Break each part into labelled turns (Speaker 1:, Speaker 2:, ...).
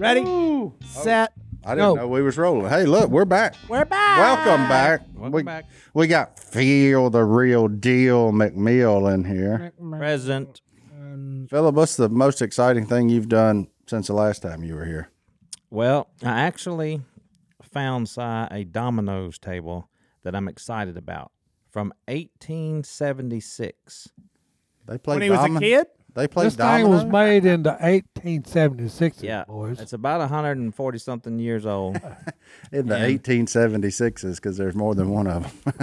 Speaker 1: Ready, set,
Speaker 2: I didn't
Speaker 1: go.
Speaker 2: know we was rolling. Hey, look, we're back.
Speaker 1: We're back.
Speaker 2: Welcome back.
Speaker 3: Welcome
Speaker 2: we,
Speaker 3: back.
Speaker 2: We got Feel the Real Deal McMill in here.
Speaker 3: Present.
Speaker 4: Mm-hmm.
Speaker 2: Philip, what's the most exciting thing you've done since the last time you were here?
Speaker 3: Well, I actually found Si a Domino's table that I'm excited about from 1876.
Speaker 2: They played
Speaker 1: When he was a
Speaker 2: domin-
Speaker 1: kid,
Speaker 2: They played
Speaker 4: This thing was
Speaker 2: dominoes?
Speaker 4: made in the 1876,
Speaker 3: Yeah,
Speaker 4: boys.
Speaker 3: it's about 140 something years old.
Speaker 2: in the 1876s because there's more than one of them.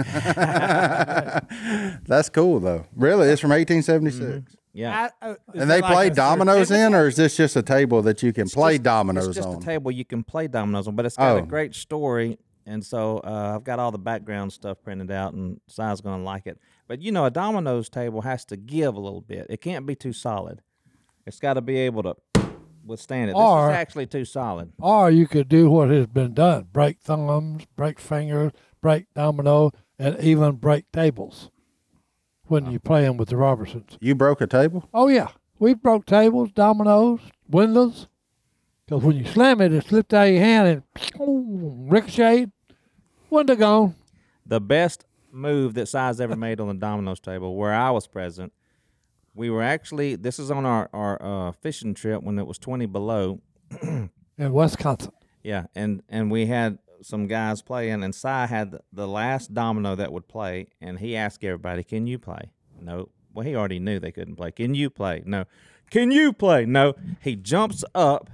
Speaker 2: That's cool though. Really, it's from 1876.
Speaker 4: Mm-hmm.
Speaker 3: Yeah,
Speaker 1: I- uh, is
Speaker 2: And
Speaker 1: it
Speaker 2: they
Speaker 1: like
Speaker 2: play
Speaker 1: a
Speaker 2: dominoes
Speaker 1: certificate?
Speaker 2: in, or is this just a table that you can play dominoes
Speaker 3: it's just
Speaker 2: on?
Speaker 3: a table you can play dominoes on, but it's got a
Speaker 2: Oh.
Speaker 3: great story. And so uh, I've got all the background stuff printed out, and Si's going to like it. But you know, a dominoes table has to give a little bit. It can't be too solid. It's got to be able to withstand it.
Speaker 4: Or-
Speaker 3: this is actually too solid.
Speaker 4: Or you could do what has been done break thumbs, break fingers, break domino, and even break tables when you play them with the Robertsons.
Speaker 2: You broke a table?
Speaker 4: Oh, yeah. We broke tables, dominoes, windows. Because when you slam it, it slipped out of your hand and ricocheted. Window gone.
Speaker 3: the best move that size ever made on the domino's table where i was present we were actually this is on our, our uh, fishing trip when it was 20 below
Speaker 4: In Wisconsin.
Speaker 3: yeah and and we had some guys playing and Cy had the last domino that would play and he asked everybody can you play no well he already knew they couldn't play can you play no can you play no he jumps up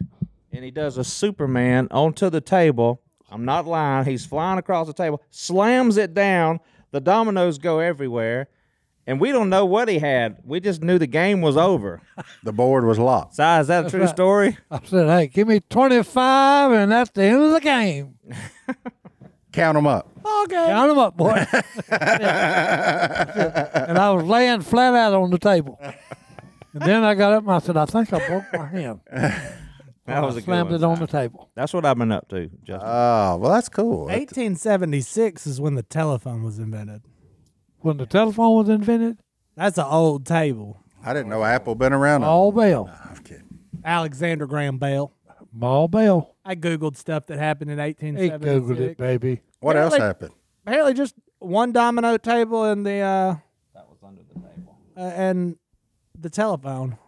Speaker 3: and he does a superman onto the table i'm not lying he's flying across the table slams it down the dominoes go everywhere and we don't know what he had we just knew the game was over
Speaker 2: The board was locked.
Speaker 3: Cy, is that a true story
Speaker 4: I said, hey, give me 25, and that's the end of the game.
Speaker 2: Count them up.
Speaker 4: Count 'em up, boy. and I was laying flat out on the table. And then I got up and I said, I think I broke my hand.
Speaker 3: that was a
Speaker 4: I
Speaker 3: good
Speaker 4: slammed
Speaker 3: one,
Speaker 4: it on
Speaker 3: Si.
Speaker 4: the table.
Speaker 3: that's what i've been up to Justin.
Speaker 2: Oh, well, that's cool.
Speaker 1: 1876 is when the telephone was invented.
Speaker 4: When the telephone was invented,
Speaker 1: That's an old table.
Speaker 2: I didn't know Apple been around.
Speaker 4: all bell.
Speaker 2: I'm kidding.
Speaker 1: Alexander Graham Bell.
Speaker 4: All bell.
Speaker 1: I googled stuff that happened in
Speaker 4: He
Speaker 1: 1876.
Speaker 4: Googled it, baby.
Speaker 2: What else
Speaker 1: Really?
Speaker 2: happened?
Speaker 1: Apparently, just one domino table and the uh, that was under the table uh, and the telephone.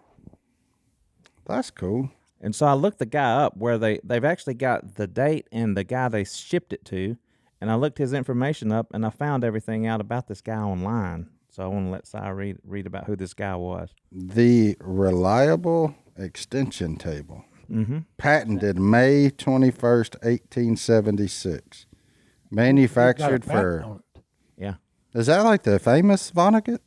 Speaker 2: That's cool.
Speaker 3: And so I looked the guy up where they they've actually got the date and the guy they shipped it to, and I looked his information up and I found everything out about this guy online. So I want to let Si read read about who this guy was.
Speaker 2: The reliable extension table, patented May twenty first, eighteen seventy six,
Speaker 4: Got a
Speaker 2: manufactured for.
Speaker 4: patent on it.
Speaker 3: Yeah.
Speaker 2: Is that like the famous Vonnegut?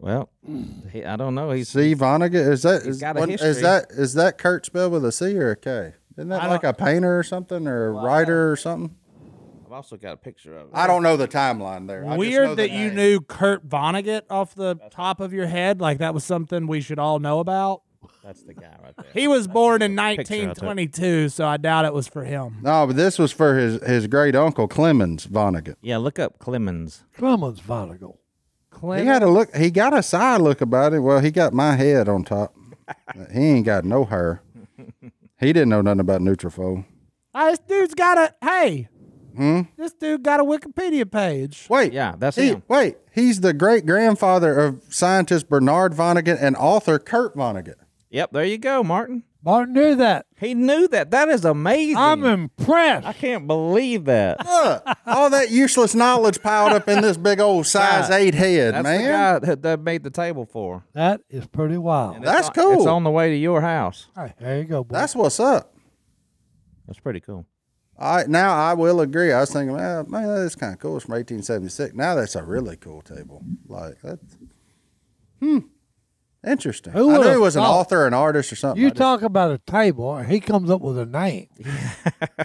Speaker 3: Well,
Speaker 2: Hmm.
Speaker 3: he, I don't know. He's
Speaker 2: C Vonnegut? Is that
Speaker 3: He's
Speaker 2: is,
Speaker 3: got a
Speaker 2: what- is
Speaker 3: history.
Speaker 2: that is that Kurt spelled with a C or a K? Isn't that
Speaker 1: I
Speaker 2: like a painter or something or a writer or something?
Speaker 3: I've also got a picture of.
Speaker 2: I don't know the timeline there. I just know
Speaker 1: Weird
Speaker 2: the
Speaker 1: that you
Speaker 2: name.
Speaker 1: knew Kurt Vonnegut off the top of your head. Like that was something we should all know about.
Speaker 3: That's the guy right there.
Speaker 1: He was born in
Speaker 3: picture I took.
Speaker 1: 1922, so I doubt it was for him.
Speaker 2: No, but this was for his his great uncle Clemens Vonnegut.
Speaker 3: Yeah, look up Clemens.
Speaker 4: Clemens Vonnegut.
Speaker 2: He had a look. He got a side look about it. Well, he got my head on top. he ain't got no hair. He didn't know nothing about Nutrafol.
Speaker 1: Ah, this dude's got a hey.
Speaker 2: Hmm?
Speaker 1: This dude got a Wikipedia page.
Speaker 2: Wait,
Speaker 3: Yeah, that's
Speaker 2: he,
Speaker 3: him.
Speaker 2: Wait, he's the great grandfather of scientist Bernard Vonnegut and author Kurt Vonnegut.
Speaker 3: Yep, there you go, Martin.
Speaker 4: Martin knew that.
Speaker 3: He knew that. That is amazing.
Speaker 4: I'm
Speaker 3: I
Speaker 4: impressed.
Speaker 3: can't believe that.
Speaker 2: Look, all that useless knowledge piled up in this big old size eight head,
Speaker 3: That's
Speaker 2: man.
Speaker 3: the guy that they made the table for.
Speaker 4: That is pretty wild.
Speaker 2: That's
Speaker 3: It's on- It's
Speaker 2: cool.
Speaker 3: on the way to your house.
Speaker 4: All right, there you go, boy.
Speaker 2: That's what's up.
Speaker 3: That's pretty cool.
Speaker 2: I now I will agree. I was thinking, man, man that's kind of cool. It's from 1876. Now that's a really cool table. Like that. Hmm. Interesting.
Speaker 4: Who
Speaker 2: I knew
Speaker 4: would've
Speaker 2: he was an
Speaker 4: thought?
Speaker 2: author, an artist, or something. I
Speaker 4: you
Speaker 2: just-
Speaker 4: talk about a table, and he comes up with a name.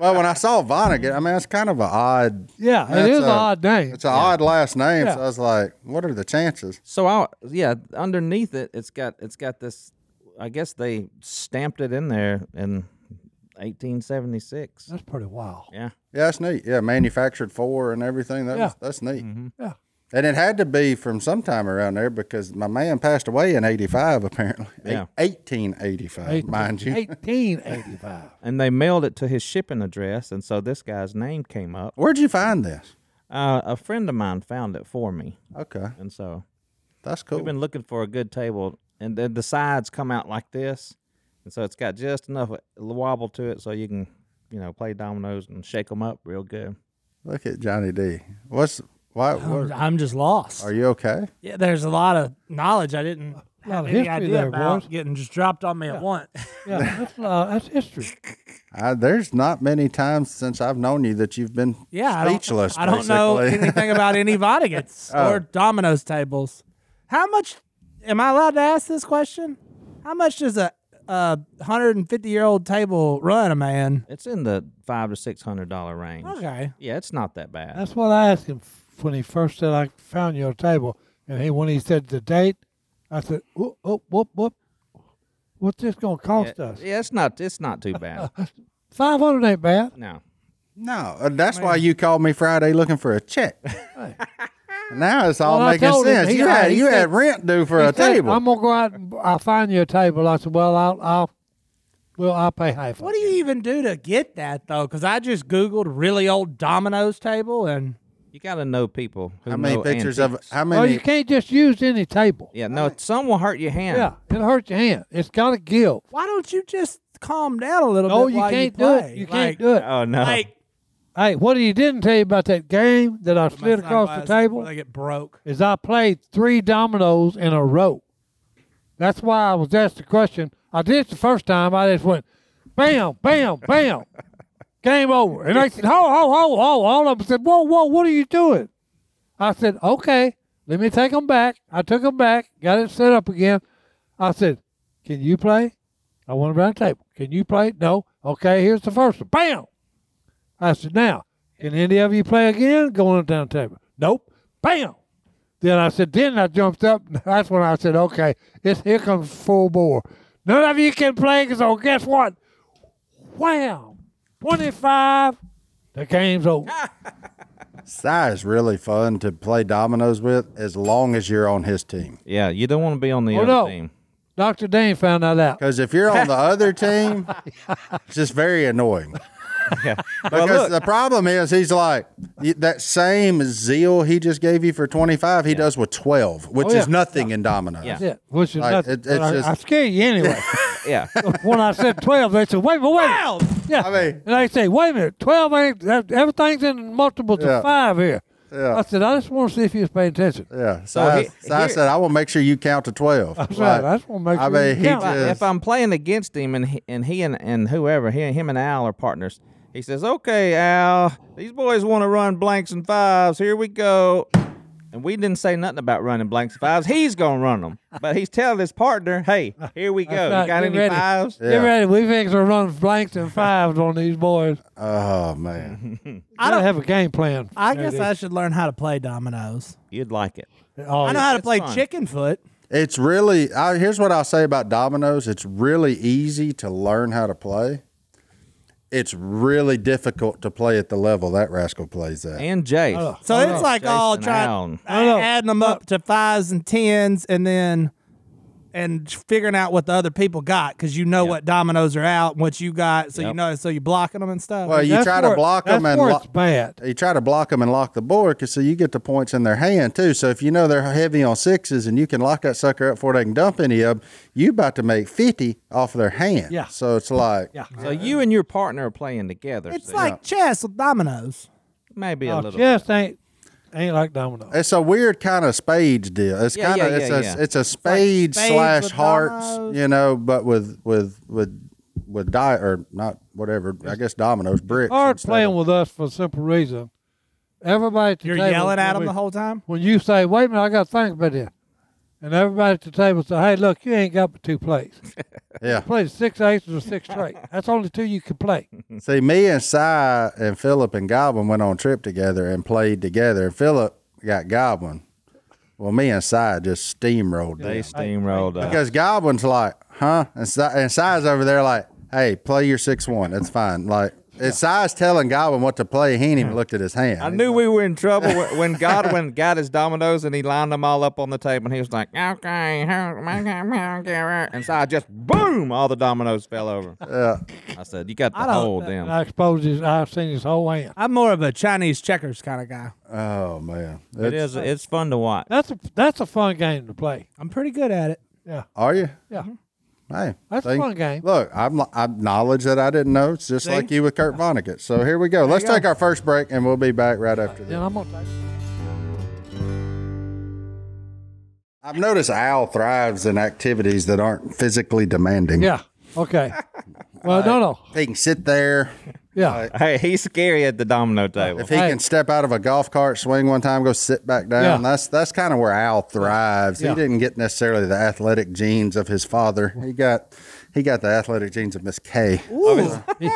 Speaker 2: well, when I saw Vonnegut, I mean, it's kind of an odd.
Speaker 4: Yeah,
Speaker 2: That's
Speaker 4: it is
Speaker 2: a-
Speaker 4: an odd name.
Speaker 2: It's an odd last name. So
Speaker 4: Yeah.
Speaker 2: I was like, what are the chances?
Speaker 3: So I yeah, underneath it, it's got it's got this. I guess they stamped it in there in 1876.
Speaker 4: That's pretty wild.
Speaker 3: Yeah,
Speaker 2: Yeah, that's neat. Yeah, manufactured for and everything. That
Speaker 4: Yeah.
Speaker 2: was, that's neat.
Speaker 4: Yeah.
Speaker 2: And it had to be from sometime around there because my man passed away in 85, apparently.
Speaker 3: Yeah.
Speaker 2: Eight- 1885, mind you.
Speaker 4: 1885.
Speaker 3: And they mailed it to his shipping address, and so this guy's name came up.
Speaker 2: Where'd you find this?
Speaker 3: Uh, a friend of mine found it for me,
Speaker 2: Okay.
Speaker 3: and so
Speaker 2: That's cool.
Speaker 3: we've been looking for a good table. And then the sides come out like this, and so it's got just enough wobble to it so you can, you know, play dominoes and shake them up real good.
Speaker 2: Look at Johnny D. What's why?
Speaker 4: Oh.
Speaker 1: I'm,
Speaker 2: What,
Speaker 1: I'm just lost.
Speaker 2: are you okay?
Speaker 1: yeah, there's a lot of knowledge I didn't have
Speaker 4: of
Speaker 1: any
Speaker 4: history
Speaker 1: idea
Speaker 4: there,
Speaker 1: about
Speaker 4: boys.
Speaker 1: getting just dropped on me at once.
Speaker 4: Yeah, that's, uh, that's history.
Speaker 2: I, there's not many times since I've known you that you've been
Speaker 1: Yeah, I don't-
Speaker 2: speechless.
Speaker 1: I don't, know
Speaker 2: basically. Oh.
Speaker 1: anything about any Vonnegut's or Domino's tables. How much? Am I allowed to ask this question? How much does a a hundred and fifty year old table run a man?
Speaker 3: It's in the five to six hundred dollar range.
Speaker 1: Okay.
Speaker 3: Yeah, it's not that bad.
Speaker 4: That's what I asked him f- when he first said I found your table, and he when he said the date, I said, "Whoop, whoop, whoop, whoop. What's this gonna cost
Speaker 3: yeah,
Speaker 4: us?
Speaker 3: yeah, it's not. It's not too bad.
Speaker 4: Five hundred ain't bad.
Speaker 3: no.
Speaker 2: No, uh, that's why you called me Friday looking for a check. now it's all
Speaker 4: Well, I
Speaker 2: making
Speaker 4: told him,
Speaker 2: sense.
Speaker 4: he-
Speaker 2: you had
Speaker 4: he
Speaker 2: you
Speaker 4: said-
Speaker 2: had rent due for
Speaker 4: He
Speaker 2: a
Speaker 4: said,
Speaker 2: table.
Speaker 4: I'm gonna go out. and b- I'll find you a table. I said, well, I'll, I'll, well, I'll pay half.
Speaker 1: What do you even do to get that though? Because I just googled really old Domino's table and
Speaker 3: You got to know people. Who
Speaker 2: how many
Speaker 3: know
Speaker 2: pictures
Speaker 3: antiques.
Speaker 2: of how
Speaker 4: Well, Oh, you
Speaker 2: many?
Speaker 4: can't just use any table.
Speaker 3: Yeah, no, some will hurt your hand.
Speaker 4: Yeah, it hurts your hand. It's got to give.
Speaker 1: why don't you just calm down a little
Speaker 4: No,
Speaker 1: bit?
Speaker 4: you
Speaker 1: while
Speaker 4: can't
Speaker 1: you
Speaker 4: do
Speaker 1: play?
Speaker 4: it. You
Speaker 1: Like-
Speaker 4: can't do it.
Speaker 3: Oh no.
Speaker 1: Like
Speaker 4: Hey, what he didn't tell you about that game that I slid across the
Speaker 1: sunglasses
Speaker 4: table
Speaker 1: before They get broke.
Speaker 4: is I played three dominoes in a row. That's why I was asked the question. I did it the first time. I just went, bam, bam, bam. Game over. And they said, ho, ho, ho, ho. All of them said, whoa, whoa, what are you doing? I said, okay, let me take them back. I took them back, got it set up again. I said, can you play? I went around the table. Can you play? No. Okay, here's the first one. Bam. I said, now, can any of you play again? Going down the table. Nope. Bam. Then I said, then I jumped up. and That's when I said, okay, it's, here comes full bore. None of you can play, so guess what? Wham! 25. The game's over.
Speaker 2: Ah. Si is really fun to play dominoes with as long as you're on his team.
Speaker 3: yeah, you don't want to be on the
Speaker 4: Oh,
Speaker 3: other
Speaker 4: no.
Speaker 3: team.
Speaker 4: Dr. Dane found that out.
Speaker 2: Because if you're on the other team, it's just very annoying.
Speaker 3: Yeah.
Speaker 2: Because the problem is, he's like y- that same zeal he just gave you for twenty five. He does with twelve, which
Speaker 4: yeah.
Speaker 2: is nothing in dominoes.
Speaker 3: Yeah.
Speaker 4: That's it. Which is
Speaker 2: Like,
Speaker 4: nothing.
Speaker 2: it- it's
Speaker 4: But I,
Speaker 2: just-
Speaker 4: I scared you anyway.
Speaker 3: Yeah.
Speaker 4: when I said 12, they said, wait, wait, wait. Yeah.
Speaker 2: I mean-
Speaker 4: and I say, wait a minute, 12 ain't, that- everything's in multiples
Speaker 2: Yeah.
Speaker 4: of five here.
Speaker 2: Yeah.
Speaker 4: I said, I just want to see if you was paying attention.
Speaker 2: Yeah. So,
Speaker 3: So
Speaker 2: I,
Speaker 3: he-
Speaker 2: so I
Speaker 3: here-
Speaker 2: said, I will make sure you count to 12.
Speaker 4: That's right. I just want to make
Speaker 2: I
Speaker 4: sure.
Speaker 2: mean,
Speaker 4: you
Speaker 2: he
Speaker 4: count.
Speaker 2: just- Yes.
Speaker 3: If I'm playing against him and he and he and, and whoever he, him and Al are partners, he says, "Okay, Al, these boys want to run blanks and fives. Here we go." And we didn't say nothing about running blanks and fives. He's gonna run them, but he's telling his partner, "Hey, here we go.
Speaker 4: right.
Speaker 3: You got
Speaker 4: Get
Speaker 3: any
Speaker 4: ready."
Speaker 3: fives?"
Speaker 4: Get ready. We fix to run blanks and fives on these boys.
Speaker 2: oh, man.
Speaker 4: I don't have a game plan.
Speaker 1: I guess I should learn how to play dominoes.
Speaker 3: You'd like it.
Speaker 4: Oh,
Speaker 1: I know how to
Speaker 3: It's
Speaker 1: play
Speaker 3: fun.
Speaker 1: chicken foot.
Speaker 2: It's really, I, here's what I'll say about dominoes it's really easy to learn how to play. It's really difficult to play at the level that rascal plays at.
Speaker 3: And Jace.
Speaker 4: Ugh.
Speaker 1: So
Speaker 4: Oh,
Speaker 1: it's
Speaker 4: no.
Speaker 1: like all
Speaker 3: Jason
Speaker 1: trying
Speaker 3: Allen.
Speaker 1: adding
Speaker 4: no.
Speaker 1: 'em adding them up to fives and tens, and then and figuring out what the other people got because you know what dominoes are out, and what you got, so you
Speaker 3: Yep.
Speaker 1: know, so you blocking them and stuff.
Speaker 2: Well, you
Speaker 4: That's
Speaker 2: try to
Speaker 4: where-
Speaker 2: block them
Speaker 4: that's
Speaker 2: and
Speaker 4: where
Speaker 2: lo-
Speaker 4: it's bad.
Speaker 2: you try to block them and lock the board because so you get the points in their hand too. So if you know they're heavy on sixes and you can lock that sucker up before they can dump any of them, you about to make 50 off of their hand.
Speaker 4: Yeah.
Speaker 2: So it's like,
Speaker 4: Yeah.
Speaker 3: So you and your partner are playing together.
Speaker 1: it's
Speaker 3: so
Speaker 1: like chess with dominoes.
Speaker 3: maybe a
Speaker 4: Oh,
Speaker 3: little.
Speaker 4: chess ain't ain't like domino.
Speaker 2: It's a weird kind of spades deal. It's
Speaker 3: Yeah,
Speaker 2: kind of
Speaker 3: yeah,
Speaker 2: it's
Speaker 3: yeah,
Speaker 2: a
Speaker 3: yeah.
Speaker 2: it's a spade
Speaker 1: spades
Speaker 2: slash
Speaker 1: with
Speaker 2: hearts,
Speaker 1: dominoes.
Speaker 2: you know, but with with with with die or not whatever. I guess dominoes bricks.
Speaker 4: Hard
Speaker 2: instead
Speaker 4: playing
Speaker 2: of-
Speaker 4: with us for a simple reason. Everybody at the
Speaker 1: You're
Speaker 4: table,
Speaker 1: yelling at
Speaker 4: when
Speaker 1: them
Speaker 4: we-
Speaker 1: the whole time.
Speaker 4: When you say, "Wait a minute, I got to think about this," and everybody at the table say, "Hey, look, you ain't got but two plays.
Speaker 2: Yeah.
Speaker 4: Play six aces or six straight. That's only two you can play."
Speaker 2: See, me and Si and Philip and Goblin went on trip together and played together. And Philip got Goblin. Well, me and Si just steamrolled
Speaker 3: They
Speaker 2: them
Speaker 3: steamrolled up.
Speaker 2: because Goblin's like, huh? And Si, and Si's over there like, hey, play your six one. That's fine. Like, It's size telling Godwin what to play. He ain't even looked at his hand.
Speaker 3: I knew we were in trouble wh- when Godwin got his dominoes and he lined them all up on the table and he was like, okay, and so I just boom, all the dominoes fell over.
Speaker 2: Yeah.
Speaker 3: I said, you got the
Speaker 1: I don't-
Speaker 3: whole damn.
Speaker 4: And I exposed his. I've seen his whole hand.
Speaker 1: I'm more of a Chinese checkers kind of guy.
Speaker 2: Oh man.
Speaker 3: it
Speaker 2: It's-
Speaker 3: is. It's fun to watch.
Speaker 4: That's a that's a fun game to play.
Speaker 1: I'm pretty good at it.
Speaker 4: Yeah,
Speaker 2: Are you?
Speaker 4: yeah.
Speaker 2: Hey,
Speaker 4: That's a
Speaker 2: see?
Speaker 4: fun game.
Speaker 2: Look, I'm I'm knowledge that I didn't know. It's just
Speaker 1: See?
Speaker 2: like you with Kurt Vonnegut. So here we go. Let's take our first break, and we'll be back right after this.
Speaker 4: Then I'm gonna take.
Speaker 2: I've noticed Al thrives in activities that aren't physically demanding.
Speaker 4: Yeah. Okay. Well, no, no.
Speaker 2: He can sit there.
Speaker 4: Yeah.
Speaker 3: Hey, he's scary at the domino table.
Speaker 2: If he
Speaker 4: Hey.
Speaker 2: can step out of a golf cart swing one time, go sit back down.
Speaker 4: Yeah.
Speaker 2: That's that's kind of where Al thrives.
Speaker 4: Yeah.
Speaker 2: He didn't get necessarily the athletic genes of his father. He got he got the athletic genes of Miss K.
Speaker 4: he,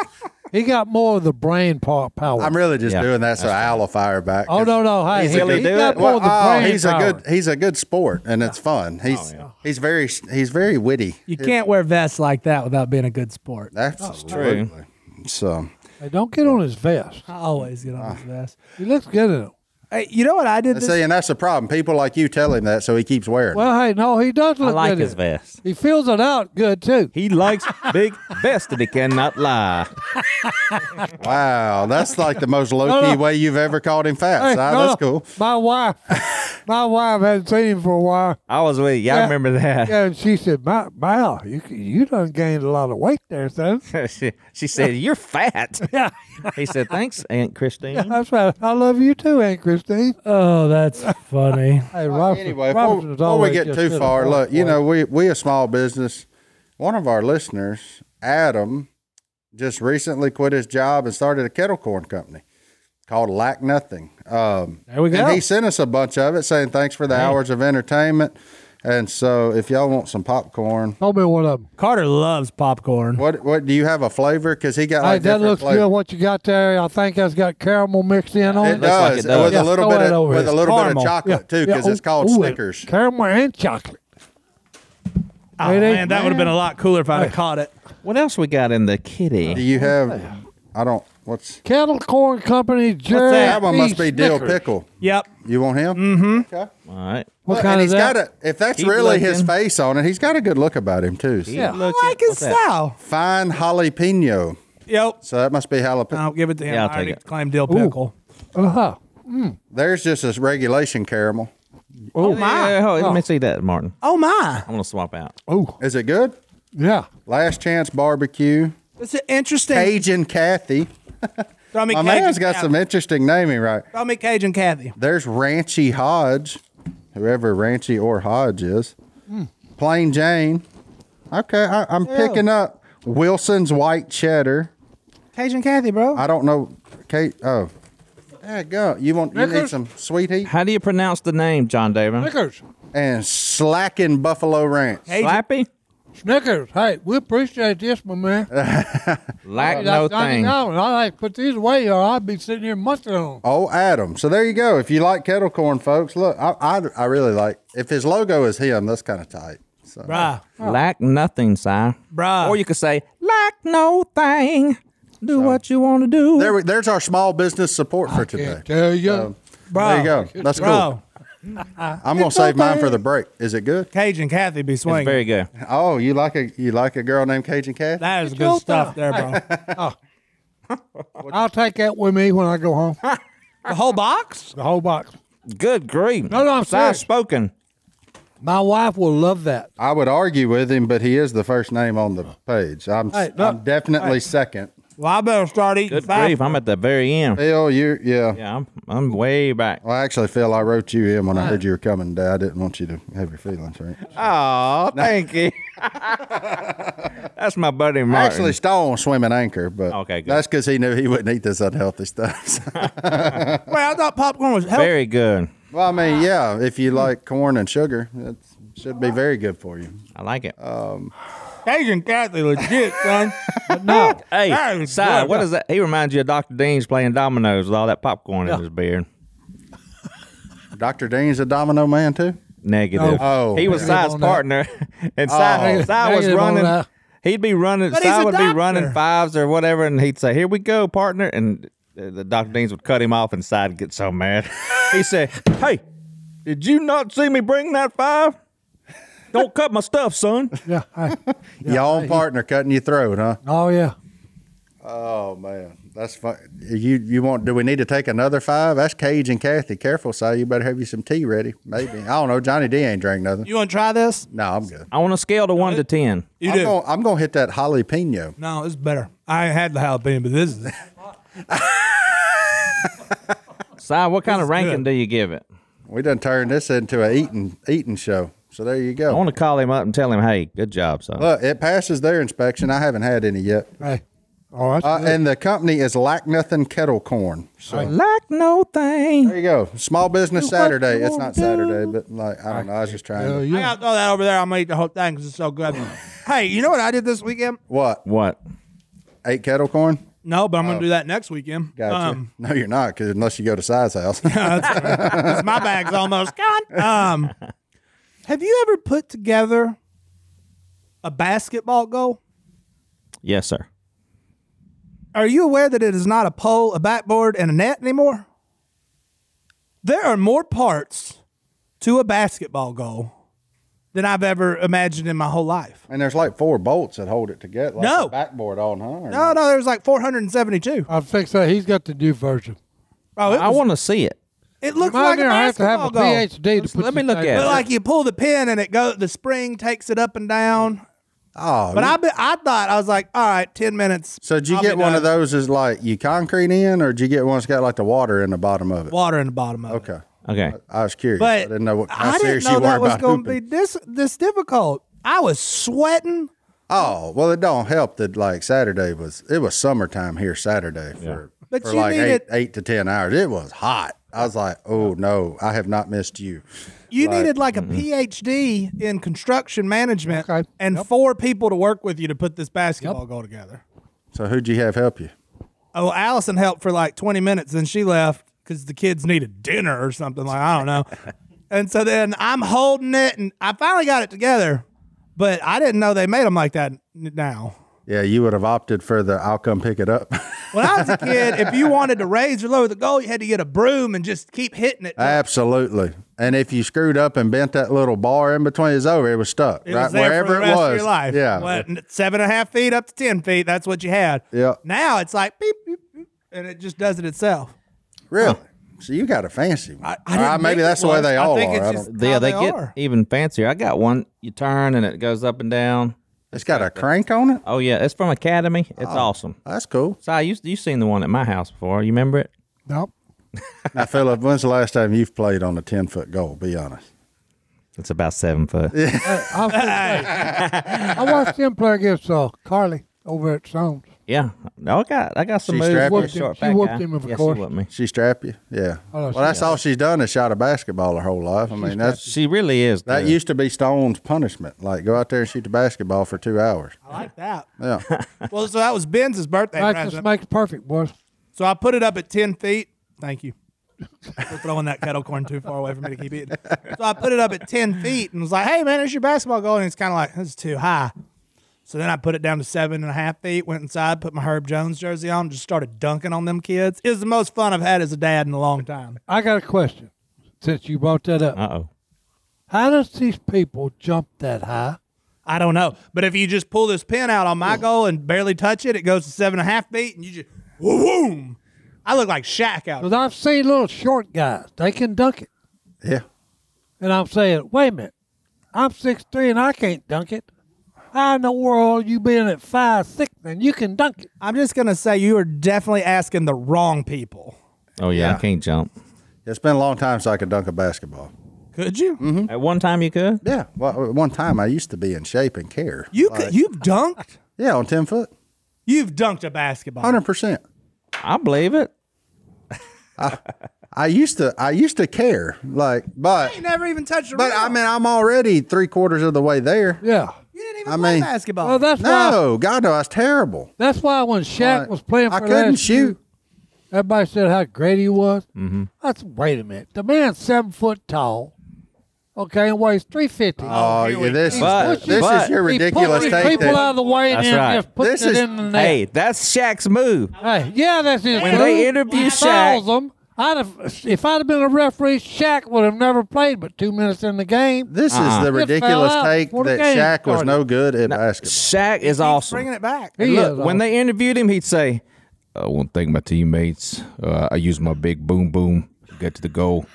Speaker 4: he got more of the brain part power.
Speaker 2: I'm really just
Speaker 3: Yeah,
Speaker 2: doing that so Al will fire back.
Speaker 4: oh no, no. Hey,
Speaker 2: He's
Speaker 4: he,
Speaker 2: really
Speaker 4: he
Speaker 3: doing
Speaker 4: got
Speaker 3: it?
Speaker 4: more
Speaker 2: Well,
Speaker 4: of the
Speaker 2: oh,
Speaker 4: brain
Speaker 2: he's
Speaker 4: power. Oh,
Speaker 2: a good he's a good sport and it's fun. He's he's very he's very witty.
Speaker 1: You can't wear vests like that without being a good sport.
Speaker 2: That's
Speaker 3: true.
Speaker 2: absolutely. So
Speaker 4: Hey, don't get on his vest.
Speaker 1: I always get on this vest.
Speaker 4: He looks good in it.
Speaker 1: Hey, you know what I did this?
Speaker 2: see, and that's the problem. People like you tell him that, so he keeps wearing. it.
Speaker 4: Well, hey, no, he does
Speaker 3: I
Speaker 4: look
Speaker 3: like
Speaker 4: good.
Speaker 3: his
Speaker 4: in it.
Speaker 3: vest.
Speaker 4: He fills it out good too.
Speaker 3: He likes big vests and he cannot lie.
Speaker 2: wow, that's like the most low key
Speaker 4: No, no.
Speaker 2: way you've ever called him fat.
Speaker 4: Hey,
Speaker 2: Si.
Speaker 4: no,
Speaker 2: that's
Speaker 4: no.
Speaker 2: cool.
Speaker 4: My wife, my wife hadn't seen him for a while.
Speaker 3: I was with you. I
Speaker 4: Yeah.
Speaker 3: remember that.
Speaker 4: Yeah, and she said, "My, Mal, you you done gained a lot of weight there, son."
Speaker 3: she, she said, "You're fat."
Speaker 4: Yeah,
Speaker 3: He said, "Thanks, Aunt Christine."
Speaker 4: that's right. I love you too, Aunt Christine.
Speaker 1: Oh, that's funny.
Speaker 4: Hey, Robinson,
Speaker 2: Anyway, before,
Speaker 4: Robinson's
Speaker 2: before we
Speaker 4: always
Speaker 2: get
Speaker 4: just
Speaker 2: too
Speaker 4: good at
Speaker 2: far,
Speaker 4: one
Speaker 2: look, you
Speaker 4: point.
Speaker 2: know, we we a small business. One of our listeners, Adam, just recently quit his job and started a kettle corn company called Lack Nothing. Um,
Speaker 1: There we go.
Speaker 2: And he sent us a bunch of it, saying thanks for the hours of entertainment. And so, if y'all want some popcorn,
Speaker 4: Told me one of them.
Speaker 1: Carter loves popcorn.
Speaker 2: what what do you have a flavor? Because he got
Speaker 4: Hey,
Speaker 2: like
Speaker 4: that
Speaker 2: different
Speaker 4: looks
Speaker 2: flavor.
Speaker 4: good. What you got there? I think that's got caramel mixed in on it.
Speaker 2: It
Speaker 3: looks
Speaker 2: does,
Speaker 3: like it does.
Speaker 2: with
Speaker 4: Yeah,
Speaker 2: a little
Speaker 4: throw
Speaker 2: bit
Speaker 4: that
Speaker 2: of,
Speaker 4: over
Speaker 2: with
Speaker 4: here.
Speaker 2: a little bit
Speaker 1: Caramel.
Speaker 2: of chocolate too, because
Speaker 4: yeah,
Speaker 2: it's
Speaker 4: ooh,
Speaker 2: called
Speaker 4: ooh,
Speaker 2: Snickers.
Speaker 4: Caramel and chocolate.
Speaker 1: Oh
Speaker 4: It ain't
Speaker 1: man, that would have been a lot cooler if I'd have caught it.
Speaker 3: What else we got in the
Speaker 2: Do
Speaker 3: kitty?
Speaker 2: you have? I don't. What's
Speaker 4: Kettle Corn Company, Jerry.
Speaker 2: that one? Must
Speaker 4: E.
Speaker 2: be dill
Speaker 4: Snickers.
Speaker 2: pickle.
Speaker 1: Yep.
Speaker 2: You want him? Mm-hmm. Okay.
Speaker 3: All right.
Speaker 4: What
Speaker 2: Look, and
Speaker 4: kind is
Speaker 2: he's
Speaker 4: that?
Speaker 2: got a, if that's
Speaker 3: Keep
Speaker 2: really his
Speaker 3: looking.
Speaker 2: face on it, he's got a good look about him too. So-
Speaker 3: Yeah. Look
Speaker 1: I like
Speaker 3: at-
Speaker 1: his
Speaker 3: what's that?
Speaker 1: style.
Speaker 2: Fine jalapeno.
Speaker 1: Yep.
Speaker 2: So that must be jalapeno.
Speaker 1: I'll give it to him.
Speaker 3: Yeah, I'll
Speaker 1: I already
Speaker 3: take it.
Speaker 1: claimed dill pickle.
Speaker 4: Uh-huh.
Speaker 2: There's just this regulation caramel.
Speaker 3: Oh my! let me see that, Martin.
Speaker 1: Oh my.
Speaker 3: I'm gonna swap out.
Speaker 4: Oh,
Speaker 2: Is it good?
Speaker 4: yeah.
Speaker 2: Last chance barbecue.
Speaker 1: That's an interesting.
Speaker 2: Cajun Kathy.
Speaker 1: Throw me
Speaker 2: My
Speaker 1: Cajun
Speaker 2: man's got
Speaker 1: Kathy.
Speaker 2: some interesting naming right.
Speaker 1: Throw me Cajun Kathy.
Speaker 2: There's Ranchy Hodge, whoever Ranchy or Hodge is. Plain Jane. Okay, I, I'm picking up Wilson's white cheddar.
Speaker 1: Cajun Kathy, bro.
Speaker 2: I don't know, Kate. Oh, there you go. You want you need
Speaker 4: Snickers?
Speaker 2: some sweet heat
Speaker 3: How do you pronounce the name, John David?
Speaker 4: Snickers.
Speaker 2: and slacking buffalo ranch.
Speaker 3: Slappy?
Speaker 4: Snickers. Hey, we appreciate this, my man.
Speaker 3: Like
Speaker 4: Hey,
Speaker 3: no
Speaker 4: that's $90.
Speaker 3: thing.
Speaker 4: I like to put these away, or I'd be sitting here munching on 'em.
Speaker 2: Oh, Adam. So there you go. If you like kettle corn, folks, look, I I, I really like. If his logo is him, that's kind of tight. So
Speaker 1: Bruh.
Speaker 3: Lack nothing, sire.
Speaker 1: Bruh.
Speaker 3: Or you could say, lack no thing. Do what you want to do.
Speaker 2: there we, there's our small business support for today.
Speaker 4: Can't tell you.
Speaker 2: Um,
Speaker 1: Bro.
Speaker 2: There you go. That's cool.
Speaker 1: Bro.
Speaker 2: I'm gonna save mine for the break. Is it good?
Speaker 1: Cajun Kathy be
Speaker 3: it's
Speaker 1: swinging.
Speaker 3: very good.
Speaker 2: Oh, you like a you like a girl named Cajun Cat?
Speaker 1: that is
Speaker 4: your
Speaker 1: good stuff there, bro.
Speaker 4: I'll take that with me when I go home.
Speaker 1: the whole box?
Speaker 4: the whole box.
Speaker 3: Good grief.
Speaker 4: No, no, I'm
Speaker 3: Sire
Speaker 4: serious.
Speaker 3: spoken.
Speaker 4: My wife will love that.
Speaker 2: I would argue with him, but he is the first name on the page. I'm
Speaker 4: Hey, no.
Speaker 2: I'm definitely second.
Speaker 1: Well, I better start eating
Speaker 3: Good
Speaker 1: fast.
Speaker 3: grief. I'm at the very end.
Speaker 2: Phil, you yeah.
Speaker 3: Yeah, I'm, I'm way back.
Speaker 2: Well, actually, Phil, I wrote you in when I heard you were coming today. I didn't want you to have your feelings hurt.
Speaker 3: Oh, thank you. That's my buddy Martin.
Speaker 2: Actually, Stone swimming anchor, but
Speaker 3: Okay, good.
Speaker 2: that's because he knew he wouldn't eat this unhealthy stuff.
Speaker 1: Wait, I thought popcorn was healthy.
Speaker 3: very good.
Speaker 2: well, I mean, yeah, if you like corn and sugar, it should be very good for you.
Speaker 3: I like it.
Speaker 1: Cajun Kathy legit, son.
Speaker 4: No.
Speaker 1: that
Speaker 3: hey,
Speaker 1: is
Speaker 3: sire,
Speaker 1: good.
Speaker 3: what is that? He reminds you of Dr. Dean's playing dominoes with all that popcorn in his beard.
Speaker 2: Dr. Dean's a domino man, too?
Speaker 3: Negative.
Speaker 2: Oh.
Speaker 3: he was
Speaker 2: Yeah.
Speaker 3: Si's
Speaker 4: On that.
Speaker 3: partner, and Si, Si was
Speaker 4: Negative on
Speaker 3: running.
Speaker 4: that.
Speaker 3: He'd be running.
Speaker 1: But
Speaker 3: Si
Speaker 1: he's a
Speaker 3: would be running
Speaker 1: doctor.
Speaker 3: fives or whatever, and he'd say, "Here we go, partner," and uh, the Dr. Deans would cut him off, and Si would get so mad. He'd say, "Hey, did you not see me bring that five? Don't cut my stuff, son."
Speaker 4: Yeah. I-
Speaker 2: Your own partner cutting your throat, huh?
Speaker 4: oh yeah.
Speaker 2: Oh man, that's fun. You you want? Do we need to take another five? That's Cage and Kathy. Careful, Si. You better have you some tea ready. Maybe I don't know. Johnny D ain't drank nothing.
Speaker 1: You want to try this?
Speaker 2: No, I'm good.
Speaker 3: I want to scale to one to ten.
Speaker 1: You
Speaker 2: I'm
Speaker 1: do.
Speaker 2: Gonna, I'm gonna hit that jalapeno.
Speaker 1: No, it's better. I ain't had the jalapeno, but this is
Speaker 3: Si, what kind of ranking do
Speaker 1: good.
Speaker 3: you give it?
Speaker 2: We done turned this into a eating eating show. So there you
Speaker 3: I
Speaker 2: go.
Speaker 3: want to call him up and tell him, "Hey, good job, son."
Speaker 2: Look, it passes their inspection. I haven't had any yet.
Speaker 4: Hey. Oh, that's
Speaker 2: Uh,
Speaker 4: good.
Speaker 2: and the company is Lack Nothing Kettle Corn. So
Speaker 3: like no thing.
Speaker 2: there you go. Small Business Saturday. It's not Saturday, but like I don't know. I was just trying.
Speaker 4: Yeah,
Speaker 2: To,
Speaker 1: I
Speaker 4: yeah.
Speaker 1: gotta throw that over there. I'm gonna eat the whole thing because it's so good. hey, you know what I did this weekend?
Speaker 2: what
Speaker 3: What?
Speaker 2: ate kettle corn?
Speaker 1: No, but I'm gonna do that next weekend.
Speaker 2: Gotcha.
Speaker 1: Um,
Speaker 2: no, you're not, 'cause unless you go to Si's house.
Speaker 1: Because my bag's almost gone. Um, have you ever put together a basketball goal?
Speaker 3: Yes, sir.
Speaker 1: Are you aware that it is not a pole, a backboard, and a net anymore? There are more parts to a basketball goal than I've ever imagined in my whole life.
Speaker 2: and there's like four bolts that hold it together. Like
Speaker 1: No.
Speaker 2: the backboard on, huh? Or
Speaker 1: No, no, there's like 472.
Speaker 4: I think so. He's got the new version.
Speaker 1: Oh, it,
Speaker 3: I
Speaker 1: was-
Speaker 3: want to see it.
Speaker 1: it looks
Speaker 4: Might
Speaker 1: like a
Speaker 4: near have to have
Speaker 1: basketball
Speaker 4: a
Speaker 1: goal.
Speaker 4: PhD to put
Speaker 3: let me
Speaker 4: this
Speaker 3: look
Speaker 4: thing
Speaker 3: at
Speaker 1: But
Speaker 3: it.
Speaker 4: up.
Speaker 1: like you pull the pin and it go, the spring takes it up and down.
Speaker 2: Oh,
Speaker 1: But I, be, I thought I was like, all right, ten minutes.
Speaker 2: so did you
Speaker 1: I'll be
Speaker 2: get one
Speaker 1: done.
Speaker 2: of those is like you concrete in, or did you get one that's got like the water in the bottom of it?
Speaker 1: water in the bottom of it.
Speaker 2: okay,
Speaker 3: Okay.
Speaker 2: I was curious. I
Speaker 1: But
Speaker 2: didn't know what, how
Speaker 1: I didn't
Speaker 2: serious you
Speaker 1: know
Speaker 2: were
Speaker 1: that was
Speaker 2: about
Speaker 1: going to
Speaker 2: hooping.
Speaker 1: be this this difficult. I was sweating.
Speaker 2: Oh well, it don't help that like Saturday was it was summertime here Saturday for,
Speaker 1: But
Speaker 2: for
Speaker 1: you
Speaker 2: like
Speaker 1: need
Speaker 2: eight,
Speaker 1: it-
Speaker 2: eight to ten hours. It was hot. I was like, oh no, I have not missed you.
Speaker 1: You needed like a PhD in construction management
Speaker 4: Okay.
Speaker 1: and four people to work with you to put this basketball
Speaker 4: Yep.
Speaker 1: goal together.
Speaker 2: So who'd you have help you?
Speaker 1: Oh, Allison helped for like 20 minutes and she left because the kids needed dinner or something. Like, I don't know. and so then I'm holding it and I finally got it together, but I didn't know they made them like that n- now.
Speaker 2: Yeah, you would have opted for the I'll come pick it up.
Speaker 1: When I was a kid, if you wanted to raise or lower the goal, you had to get a broom and just keep hitting it.
Speaker 2: Absolutely. And if you screwed up and bent that little bar in between, it's over. It was stuck.
Speaker 1: It
Speaker 2: right
Speaker 1: was there
Speaker 2: wherever
Speaker 1: for the
Speaker 2: it
Speaker 1: rest
Speaker 2: was.
Speaker 1: Of your life.
Speaker 2: Yeah.
Speaker 1: What, n- seven and a half feet up to ten feet. That's what you had.
Speaker 2: Yeah.
Speaker 1: Now it's like beep, beep, beep, and it just does it itself.
Speaker 2: Really? So you got a fancy one.
Speaker 1: I didn't
Speaker 2: Or Uh, maybe
Speaker 1: think
Speaker 2: that's
Speaker 1: it
Speaker 2: the way
Speaker 1: was.
Speaker 2: they
Speaker 1: I
Speaker 2: all
Speaker 1: think
Speaker 2: are.
Speaker 1: it's
Speaker 2: I
Speaker 1: just-
Speaker 2: don't-
Speaker 3: Yeah,
Speaker 1: how
Speaker 3: they,
Speaker 1: they
Speaker 3: get
Speaker 1: are.
Speaker 3: even fancier. I got one. You turn and it goes up and down.
Speaker 2: it's got a crank on it.
Speaker 3: Oh yeah, it's from Academy. It's
Speaker 4: Oh.
Speaker 3: awesome.
Speaker 2: That's cool.
Speaker 3: Si, you you seen the one at my house before? You remember it?
Speaker 4: Nope.
Speaker 2: Now, Philip, when's the last time you've played on a 10 foot goal? Be honest.
Speaker 3: It's about seven foot.
Speaker 4: Hey, I, was gonna say, I watched him play against uh, Carly over at Soames.
Speaker 3: Yeah. I got I got some
Speaker 2: She
Speaker 3: moves.
Speaker 2: strapped
Speaker 3: Real
Speaker 2: him?
Speaker 3: short,
Speaker 4: She
Speaker 3: fat
Speaker 4: whooped
Speaker 3: guy.
Speaker 4: him, of
Speaker 3: yeah,
Speaker 4: course.
Speaker 3: She whooped me.
Speaker 2: She strap you? Yeah.
Speaker 4: Oh, no,
Speaker 2: well,
Speaker 4: she
Speaker 2: that's all she's done is shot a basketball her whole life. I mean, that's.
Speaker 3: She really is.
Speaker 2: That
Speaker 3: good.
Speaker 2: used to be Stone's punishment. Like, go out there and shoot the basketball for two hours.
Speaker 1: I like that.
Speaker 2: Yeah.
Speaker 1: well, so that was Ben's birthday
Speaker 4: Practice
Speaker 1: present.
Speaker 4: makes perfect, boys.
Speaker 1: so I put it up at ten feet. Thank you. For throwing that kettle corn too far away for me to keep eating. So I put it up at ten feet and was like, "Hey man, there's your basketball goal." And it's kind of like this is too high. So then I put it down to seven and a half feet. Went inside, put my Herb Jones jersey on, just started dunking on them kids. It was the most fun I've had as a dad in a long time.
Speaker 4: I got a question since you brought that up.
Speaker 3: Uh oh.
Speaker 4: How does these people jump that high?
Speaker 1: I don't know. But if you just pull this pin out on my goal and barely touch it, it goes to seven and a half feet, and you just boom. I look like Shaq out.
Speaker 4: Because I've seen little short guys, they can dunk it.
Speaker 2: Yeah.
Speaker 4: And I'm saying, wait a minute, I'm 6'3 and I can't dunk it. How in the world you been at five six and you can dunk it?
Speaker 1: I'm just gonna say you are definitely asking the wrong people.
Speaker 3: Oh yeah,
Speaker 2: Yeah.
Speaker 3: I can't jump.
Speaker 2: It's been a long time since I could dunk a basketball.
Speaker 1: Could you?
Speaker 4: Mm-hmm.
Speaker 3: At one time you could?
Speaker 2: Yeah. Well, at one time I used to be in shape and care.
Speaker 1: You could, you've dunked.
Speaker 2: Yeah, on 10 foot.
Speaker 1: You've dunked a basketball.
Speaker 2: 100%.
Speaker 3: I believe it.
Speaker 2: I used to I used to care. Like, but
Speaker 1: You never even touched a
Speaker 2: but
Speaker 1: rim.
Speaker 2: I mean I'm already three quarters of the way there.
Speaker 4: Yeah.
Speaker 1: you didn't even
Speaker 2: I
Speaker 1: play
Speaker 2: mean-
Speaker 1: basketball.
Speaker 4: Well, that's why.
Speaker 2: No, God no, I was terrible.
Speaker 4: That's why when Shaq
Speaker 2: Like,
Speaker 4: was playing for
Speaker 2: I couldn't
Speaker 4: LSU,
Speaker 2: shoot.
Speaker 4: Everybody said how great he was. Mm-hmm. That's wait a minute. The man's seven foot tall. okay, and weighs 350.
Speaker 2: Oh,
Speaker 1: here
Speaker 2: yeah,
Speaker 1: we
Speaker 2: this, is,
Speaker 3: go.
Speaker 2: this is
Speaker 3: But-
Speaker 2: your
Speaker 4: He
Speaker 2: ridiculous
Speaker 4: pushes
Speaker 2: take.
Speaker 4: people out
Speaker 2: That,
Speaker 4: of the way and
Speaker 3: That's
Speaker 4: then
Speaker 3: right.
Speaker 4: just puts
Speaker 2: This
Speaker 4: it
Speaker 2: is-
Speaker 4: in the net.
Speaker 3: Hey, that's Shaq's move.
Speaker 4: Hey, yeah, that's his
Speaker 3: When they
Speaker 4: move.
Speaker 3: interview
Speaker 4: He
Speaker 3: Shaq-
Speaker 4: fouls him. I'd have, if I'd have been a referee, Shaq would have never played but two minutes in the game.
Speaker 2: this
Speaker 3: Uh-uh.
Speaker 2: is the
Speaker 4: Good
Speaker 2: ridiculous
Speaker 4: fella.
Speaker 2: take
Speaker 4: What a
Speaker 2: that
Speaker 4: game.
Speaker 2: Shaq was no good at basketball.
Speaker 3: Shaq is awesome.
Speaker 1: Bringing it back.
Speaker 4: He
Speaker 3: Look,
Speaker 4: is
Speaker 3: when
Speaker 4: awesome.
Speaker 3: they interviewed him, he'd say, "I want to thank my teammates. Uh, I used my big boom boom to get to the goal."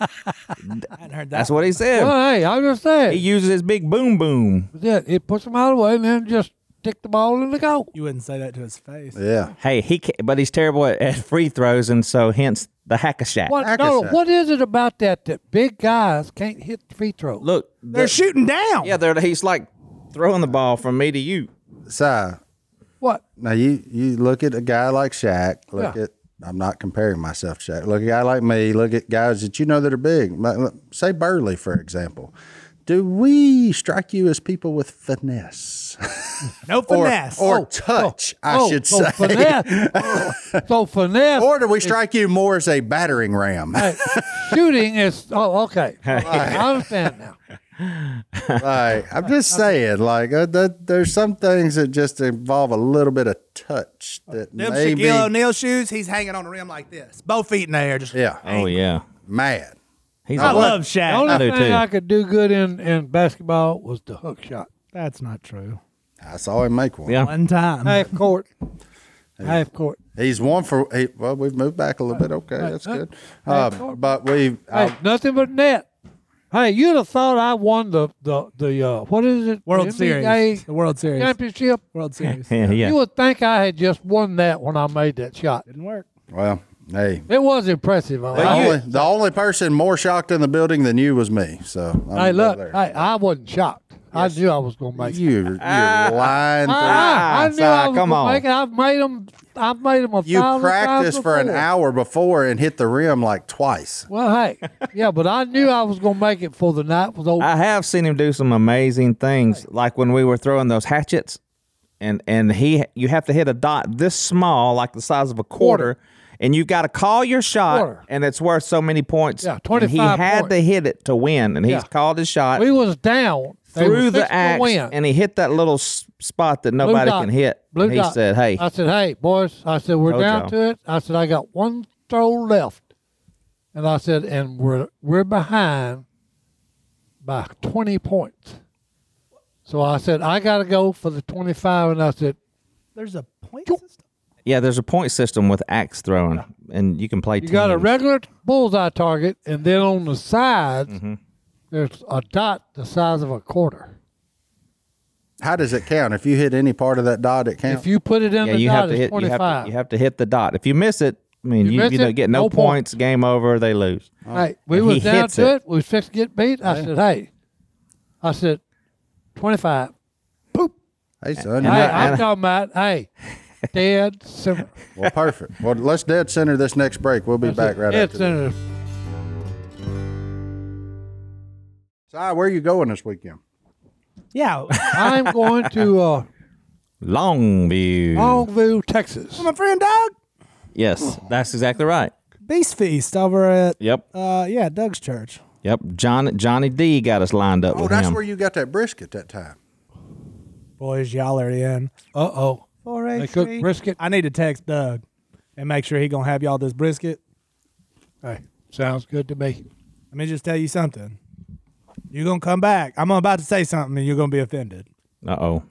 Speaker 1: I hadn't heard that.
Speaker 3: That's what he said.
Speaker 4: Well, hey, I'm just
Speaker 3: He
Speaker 4: saying.
Speaker 3: uses his big boom boom.
Speaker 4: That's it. It puts him out of the way and then just stick the ball in the goal.
Speaker 1: you wouldn't say that to his face.
Speaker 2: Yeah.
Speaker 3: Hey, he ca but he's terrible at, at free throws, and so hence the hack a Shaq.
Speaker 4: What,
Speaker 2: I can
Speaker 4: no,
Speaker 2: say.
Speaker 4: what is it about that that big guys can't hit the free throw?
Speaker 3: Look,
Speaker 1: They're
Speaker 3: the-
Speaker 1: shooting down.
Speaker 3: yeah, they're, he's like throwing the ball from me to you.
Speaker 2: So
Speaker 4: What?
Speaker 2: now you you look at a guy like Shaq. Look
Speaker 4: Yeah.
Speaker 2: at I'm not comparing myself to Shaq. Look at a guy like me. Look at guys that you know that are big. Like, look, Say Burley for example. Do we strike you as people with finesse
Speaker 1: No
Speaker 2: or
Speaker 1: finesse.
Speaker 2: or
Speaker 1: Oh,
Speaker 2: touch? I
Speaker 4: oh,
Speaker 2: should
Speaker 4: so
Speaker 2: say.
Speaker 4: Finesse. so finesse.
Speaker 2: Or do we strike you more as a battering ram?
Speaker 4: Hey, shooting is oh okay. I understand now.
Speaker 2: like I'm just saying, like uh, th- there's some things that just involve a little bit of touch that
Speaker 1: them
Speaker 2: maybe
Speaker 1: Shaquille O'Neal shoes, he's hanging on the rim like this. Both feet in the air. Just
Speaker 2: yeah,
Speaker 3: Oh yeah,
Speaker 2: mad.
Speaker 3: he's
Speaker 1: I
Speaker 3: a-
Speaker 1: love
Speaker 4: The
Speaker 1: Shaq. Uh,
Speaker 4: only
Speaker 3: I do
Speaker 4: thing
Speaker 3: too.
Speaker 4: I could do good in, in basketball was the hook shot.
Speaker 1: That's not true.
Speaker 2: I saw him make one.
Speaker 3: Yeah.
Speaker 1: One time.
Speaker 4: Half court. Half court.
Speaker 2: He's one for. He, well, we've moved back a little bit. Okay, that's good. Uh, but we,
Speaker 4: Hey,
Speaker 2: I,
Speaker 4: nothing but net. Hey, you'd have thought I won the the, the uh, what is it?
Speaker 1: World
Speaker 4: The NBA
Speaker 1: Series. The World Series.
Speaker 4: championship.
Speaker 1: World Series.
Speaker 3: yeah, yeah.
Speaker 4: You would think I had just won that when I made that shot.
Speaker 1: Didn't work.
Speaker 2: well, hey.
Speaker 4: It was impressive. I,
Speaker 2: The
Speaker 4: I-
Speaker 2: only, the only person more shocked in the building than you was me. So I'm
Speaker 4: hey, look,
Speaker 2: there.
Speaker 4: I, I wasn't shocked. I knew I was going to make it. Ah,
Speaker 2: you, you're lying. through-
Speaker 4: I, I knew
Speaker 3: Si,
Speaker 4: I was
Speaker 3: come
Speaker 4: gonna
Speaker 3: on.
Speaker 4: make it. I've made them. I've made them a
Speaker 2: you
Speaker 4: thousand times
Speaker 2: practiced for an
Speaker 4: before.
Speaker 2: hour before and hit the rim like twice.
Speaker 4: Well, hey, yeah, but I knew I was going to make it before the night was over.
Speaker 3: I have seen him do some amazing things, like when we were throwing those hatchets, and and he you have to hit a dot this small, like the size of a quarter, and you've got to call your shot,
Speaker 4: Quarter.
Speaker 3: and it's worth so many points.
Speaker 4: Yeah,
Speaker 3: And He
Speaker 4: 25
Speaker 3: had
Speaker 4: points.
Speaker 3: to hit it to win, and he's
Speaker 4: Yeah.
Speaker 3: called his shot
Speaker 4: we was down They were
Speaker 3: through
Speaker 4: fixing
Speaker 3: the
Speaker 4: to
Speaker 3: axe,
Speaker 4: win.
Speaker 3: and he hit that little s- spot that
Speaker 4: Blue
Speaker 3: nobody
Speaker 4: dot.
Speaker 3: can hit.
Speaker 4: Blue
Speaker 3: he
Speaker 4: dot.
Speaker 3: said, "Hey,
Speaker 4: I said, hey, boys, I said, we're
Speaker 3: Told
Speaker 4: down
Speaker 3: y'all.
Speaker 4: to it. I said, I got one throw left. And I said, and we're we're behind by 20 points. So I said, I got to go for the 25. And I said,
Speaker 1: There's a point system.
Speaker 3: yeah, there's a point system with axe throwing, and you can play.
Speaker 4: you got a
Speaker 3: teams."
Speaker 4: regular bullseye target. And then on the sides,
Speaker 3: Mm-hmm.
Speaker 4: there's a dot the size of a quarter.
Speaker 2: How does it count? If you hit any part of that dot, it counts.
Speaker 4: If you put it in
Speaker 3: Yeah,
Speaker 4: the
Speaker 3: you
Speaker 4: dot,
Speaker 3: have to
Speaker 4: it's
Speaker 3: hit. You
Speaker 4: 25.
Speaker 3: have to, you have to hit the dot. If you miss it, I mean, you,
Speaker 4: You
Speaker 3: you,
Speaker 4: miss
Speaker 3: don't
Speaker 4: it,
Speaker 3: get no,
Speaker 4: no
Speaker 3: points. Game over. They lose.
Speaker 4: Hey, we
Speaker 3: And
Speaker 4: was
Speaker 3: he
Speaker 4: down
Speaker 3: hits
Speaker 4: to it.
Speaker 3: it.
Speaker 4: We was fixed to get beat. I said, hey, I said, 25.
Speaker 2: hey, son,
Speaker 4: Hey,
Speaker 2: you're not-
Speaker 4: I'm
Speaker 3: and-
Speaker 4: talking about, hey, dead center.
Speaker 2: well, perfect. Well, let's dead center this next break. We'll be back right
Speaker 4: dead
Speaker 2: after. this.
Speaker 4: center.
Speaker 2: Si, where are you going this weekend?
Speaker 1: Yeah.
Speaker 4: I'm going to uh,
Speaker 3: Longview.
Speaker 4: Longview, Texas.
Speaker 1: My friend Doug.
Speaker 3: Yes, that's exactly right.
Speaker 1: Beast Feast over at
Speaker 3: Yep,
Speaker 1: uh yeah, Doug's church.
Speaker 3: yep. John Johnny D got us lined up
Speaker 2: Oh,
Speaker 3: with
Speaker 2: that's
Speaker 3: him.
Speaker 2: where you got that brisket that time.
Speaker 1: Boys, y'all are in.
Speaker 4: Uh oh.
Speaker 1: For a
Speaker 4: They cook
Speaker 1: treat.
Speaker 4: brisket.
Speaker 1: I need to text Doug and make sure he gonna have y'all this brisket.
Speaker 4: Hey, sounds good to me.
Speaker 1: Let me just tell you something. You're gonna come back. I'm about to say something and you're gonna be offended.
Speaker 3: uh oh.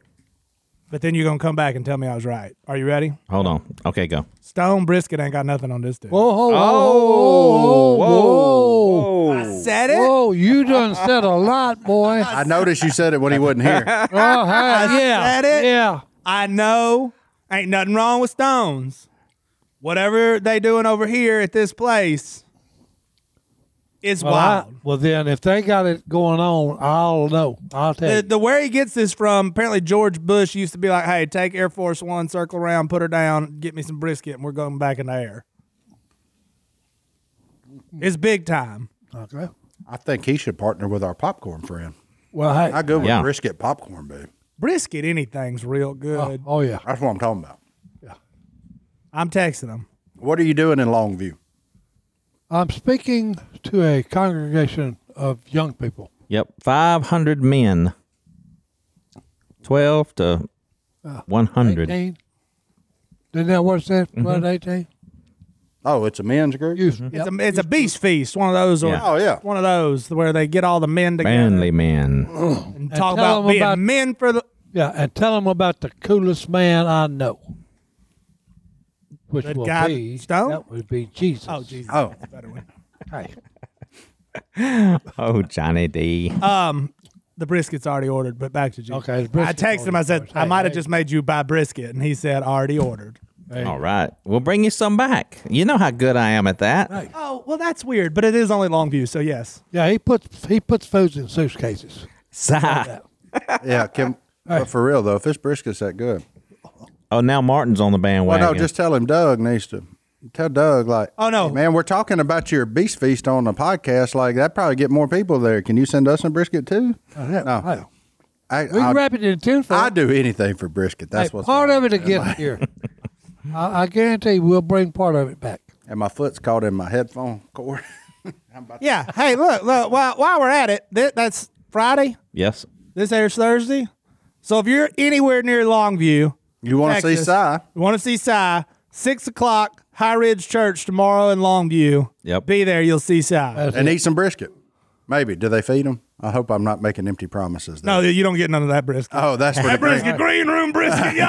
Speaker 1: But then you're gonna come back and tell me I was right. Are you ready?
Speaker 3: Hold on. Okay, go.
Speaker 1: Stone brisket ain't got nothing on this dude.
Speaker 4: Whoa, whoa, whoa, whoa, whoa. Whoa,
Speaker 1: said
Speaker 4: Whoa, you done said a lot, boy.
Speaker 2: I noticed you said it when he wasn't here.
Speaker 4: Oh, hey, yeah.
Speaker 1: said it.
Speaker 4: Yeah.
Speaker 1: I know ain't nothing wrong with stones. Whatever they doing over here at this place is
Speaker 4: Well, I-
Speaker 1: wild.
Speaker 4: well, then, if they got it going on, I'll know. I'll tell you.
Speaker 1: The, the where he gets this from, apparently George Bush used to be like, "Hey, take Air Force One, circle around, put her down, get me some brisket, and we're going back in the air." It's big time.
Speaker 4: Okay.
Speaker 2: I think he should partner with our popcorn friend.
Speaker 4: Well, hey.
Speaker 2: I go with
Speaker 3: Yeah.
Speaker 2: brisket popcorn, babe.
Speaker 1: Brisket, anything's real good.
Speaker 4: oh, yeah.
Speaker 2: That's what I'm talking about.
Speaker 1: I'm texting him.
Speaker 2: What are you doing in Longview?
Speaker 4: I'm speaking to a congregation of young people.
Speaker 3: Yep, 500 men, 12 to 100.
Speaker 4: 18. Isn't that what it said? What, 18?
Speaker 2: Oh, it's a men's group.
Speaker 4: Usually.
Speaker 1: It's a it's a beast feast. One of those, or
Speaker 3: Yeah.
Speaker 2: Oh yeah.
Speaker 1: one of those where they get all the men together
Speaker 3: Manly men.
Speaker 1: and
Speaker 4: tell
Speaker 1: talk about
Speaker 4: them
Speaker 1: being
Speaker 4: about-
Speaker 1: men for the.
Speaker 4: Yeah, and tell them about the coolest man I know. Which
Speaker 1: That
Speaker 4: will
Speaker 1: guy,
Speaker 4: be
Speaker 1: Stone?
Speaker 4: that would be Jesus.
Speaker 1: Oh Jesus!
Speaker 2: Oh,
Speaker 1: Better one.
Speaker 4: Hey,
Speaker 3: Oh, Johnny D.
Speaker 1: Um, the brisket's already ordered, but back to Jesus.
Speaker 4: Okay, the
Speaker 1: I
Speaker 4: brisket's
Speaker 1: texted him. I
Speaker 4: already
Speaker 1: said
Speaker 4: ordered.
Speaker 1: I
Speaker 4: Hey,
Speaker 1: might have
Speaker 4: hey.
Speaker 1: just made you buy brisket, and he said already ordered.
Speaker 4: hey.
Speaker 3: All right, we'll bring you some back. You know how good I am at that.
Speaker 4: Right.
Speaker 1: Oh well, that's weird, but it is only Longview, so yes.
Speaker 4: Yeah, he puts he puts foods in suitcases.
Speaker 3: Si.
Speaker 2: yeah. Can, But for real though, if this brisket's that good,
Speaker 3: Oh, now Martin's on the
Speaker 2: well,
Speaker 3: bandwagon.
Speaker 2: no, just tell him Doug needs to tell Doug like,
Speaker 1: Oh, no.
Speaker 2: "Hey, man, we're talking about your beast feast on the podcast. Like that probably get more people there. Can you send us some brisket too?
Speaker 4: Oh, Yeah,
Speaker 2: No.
Speaker 4: right.
Speaker 2: I,
Speaker 4: We can
Speaker 2: I,
Speaker 4: wrap it in tin foil.
Speaker 2: I do anything for brisket.
Speaker 4: Hey,
Speaker 2: That's what's
Speaker 4: part
Speaker 2: wrong.
Speaker 4: of it will get here. I, I guarantee we'll bring part of it back.
Speaker 2: And my foot's caught in my headphone cord. I'm about
Speaker 1: Yeah. Hey, look, look. While while we're at it, th- that's Friday.
Speaker 3: yes.
Speaker 1: This airs Thursday. So if you're anywhere near Longview,
Speaker 2: you want to see
Speaker 1: Texas,
Speaker 2: Si?
Speaker 1: You want to see Si? Six o'clock, High Ridge Church tomorrow in Longview.
Speaker 3: Yep.
Speaker 1: Be there. You'll see Si.
Speaker 2: and eat some brisket. Maybe. Do they feed them? I hope I'm not making empty promises. There.
Speaker 1: no, you don't get none of that brisket.
Speaker 2: Oh, that's what it brings.
Speaker 1: green room brisket, y'all.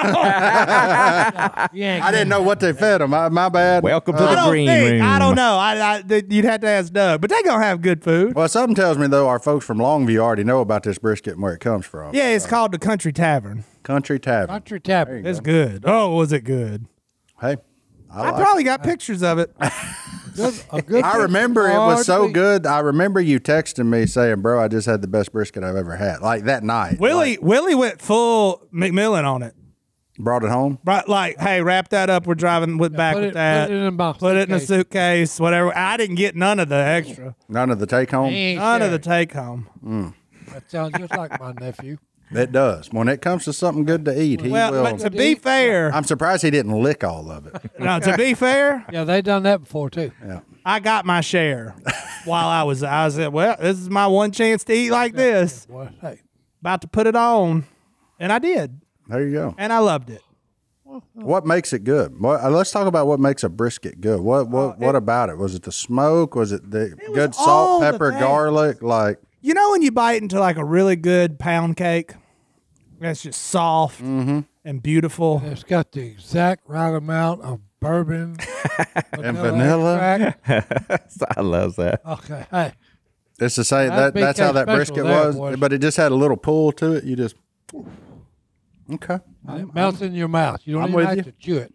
Speaker 4: Yeah,
Speaker 2: I didn't know what they fed them. I, my bad.
Speaker 3: Welcome to
Speaker 2: Uh,
Speaker 1: I
Speaker 3: the
Speaker 1: don't
Speaker 3: green
Speaker 1: think.
Speaker 3: room.
Speaker 1: I don't know. I, I th- you'd have to ask Doug, but they gonna have good food.
Speaker 2: well, something tells me though, our folks from Longview already know about this brisket and where it comes from.
Speaker 1: Yeah, it's called the Country Tavern.
Speaker 2: Country Tavern.
Speaker 4: Country tavern.
Speaker 1: It's good. Oh, was it good?
Speaker 2: Hey, I,
Speaker 1: I
Speaker 2: like
Speaker 1: probably got pictures of it.
Speaker 4: Good- a good
Speaker 2: it. I remember it was so
Speaker 4: hardly-
Speaker 2: good. I remember you texting me saying, "Bro, I just had the best brisket I've ever had." Like that night,
Speaker 1: Willie Willie went full McMillan on it.
Speaker 2: brought it home.
Speaker 1: Right, like, hey, wrap that up. We're driving with back
Speaker 4: put
Speaker 1: with
Speaker 4: it-
Speaker 1: that.
Speaker 4: put it in a box.
Speaker 1: Put it in a
Speaker 4: Okay.
Speaker 1: suitcase. Whatever. I didn't get none of the extra.
Speaker 2: None of the take
Speaker 4: He
Speaker 2: home.
Speaker 4: ain't
Speaker 1: None of the
Speaker 4: sharing.
Speaker 1: take home.
Speaker 4: That sounds just like my nephew.
Speaker 2: It does. When it comes to something good to eat, he
Speaker 1: Well,
Speaker 2: will.
Speaker 1: but to be fair,
Speaker 2: I'm surprised he didn't lick all of it.
Speaker 1: no, to be fair,
Speaker 4: Yeah, they done that before too.
Speaker 1: I got my share while I was. I said, well, this is my one chance to eat like this.
Speaker 4: Boy, hey,
Speaker 1: About to put it on, and I did,
Speaker 2: There you go.
Speaker 1: and I loved it.
Speaker 2: What makes it good? What, uh, let's talk about what makes a brisket good. What what what about it? Was it the smoke? Was it the
Speaker 1: Oh, was
Speaker 2: good
Speaker 1: all
Speaker 2: salt,
Speaker 1: the
Speaker 2: pepper,
Speaker 1: things.
Speaker 2: garlic? Like
Speaker 1: You know when you bite into like a really good pound cake, that's just soft
Speaker 2: Mm-hmm.
Speaker 1: and beautiful.
Speaker 4: it's got the exact right amount of bourbon
Speaker 2: and vanilla.
Speaker 4: extract.
Speaker 3: I love that.
Speaker 4: Okay, hey,
Speaker 2: It's the same.
Speaker 4: That'd
Speaker 2: That,
Speaker 4: be
Speaker 2: that's how that
Speaker 4: special
Speaker 2: brisket
Speaker 4: there,
Speaker 2: was,
Speaker 4: boys.
Speaker 2: but it just had a little pull to it. You just okay.
Speaker 4: it melts in your mouth. You don't
Speaker 2: I'm
Speaker 4: even
Speaker 2: with
Speaker 4: have
Speaker 2: you.
Speaker 4: to chew it.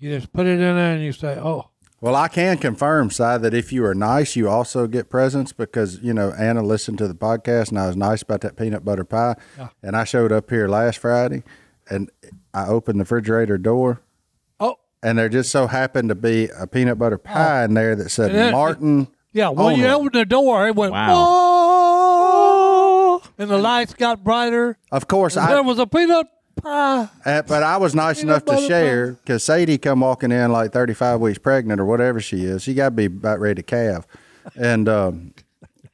Speaker 4: You just put it in there and you say, "Oh,
Speaker 2: Well, I can confirm, Si, that if you are nice, you also get presents because you know Anna listened to the podcast and I was nice about that peanut butter pie, and I showed up here last Friday, and I opened the refrigerator door
Speaker 4: oh,
Speaker 2: and there just so happened to be a peanut butter pie in there that said
Speaker 4: And then-
Speaker 2: Martin.
Speaker 4: yeah." When you
Speaker 2: Owner.
Speaker 4: opened the door, it went,
Speaker 3: Wow.
Speaker 4: "Oh!" and the lights got brighter.
Speaker 2: Of course,
Speaker 4: there
Speaker 2: I
Speaker 4: was a peanut pie.
Speaker 2: uh, but I was nice
Speaker 4: Peanut
Speaker 2: enough to
Speaker 4: butter
Speaker 2: share because Sadie come walking in like thirty five weeks pregnant or whatever she is. She got to be about ready to calve, and um,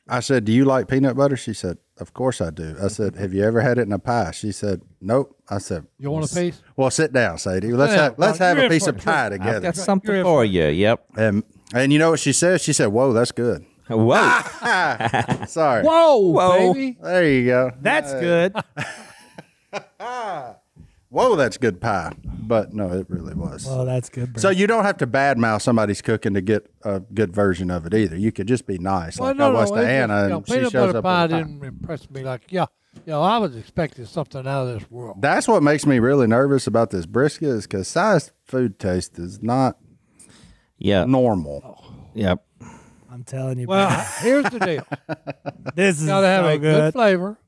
Speaker 2: I said, "Do you like peanut butter?" She said, "Of course I do." I said, "Have you ever had it in a pie?" She said, "Nope." I said,
Speaker 4: You want a piece?
Speaker 2: "Well, sit down, Sadie. Let's have let's
Speaker 4: You're
Speaker 2: have a
Speaker 4: in
Speaker 2: piece
Speaker 4: for
Speaker 2: of
Speaker 4: a
Speaker 2: pie
Speaker 3: I've
Speaker 2: together."
Speaker 3: got something for you. Yep.
Speaker 2: And and you know what she said? She said, "Whoa, that's good."
Speaker 3: Whoa.
Speaker 1: Ah!
Speaker 2: Sorry.
Speaker 4: Whoa,
Speaker 3: Whoa.
Speaker 4: baby!
Speaker 2: There you go.
Speaker 1: That's good.
Speaker 2: whoa, that's good pie. But no, it really was.
Speaker 1: Oh, that's good. Bro.
Speaker 2: so you don't have to badmouth somebody's cooking to get a good version of it either. You could just be nice, like I was
Speaker 4: it
Speaker 2: to
Speaker 4: just,
Speaker 2: Anna,
Speaker 4: you know,
Speaker 2: and she
Speaker 4: peanut
Speaker 2: shows
Speaker 4: butter
Speaker 2: up.
Speaker 4: pie
Speaker 2: with a pie.
Speaker 4: didn't impress me like, yeah, you know, I was expecting something out of this world.
Speaker 2: That's what makes me really nervous about this brisket is because size food taste is not
Speaker 3: Yep.
Speaker 4: Oh.
Speaker 2: normal.
Speaker 3: Yep.
Speaker 1: I'm telling you,
Speaker 4: Well, here's the deal:
Speaker 1: this is
Speaker 4: gotta have
Speaker 1: so
Speaker 4: a good
Speaker 1: good.
Speaker 4: flavor.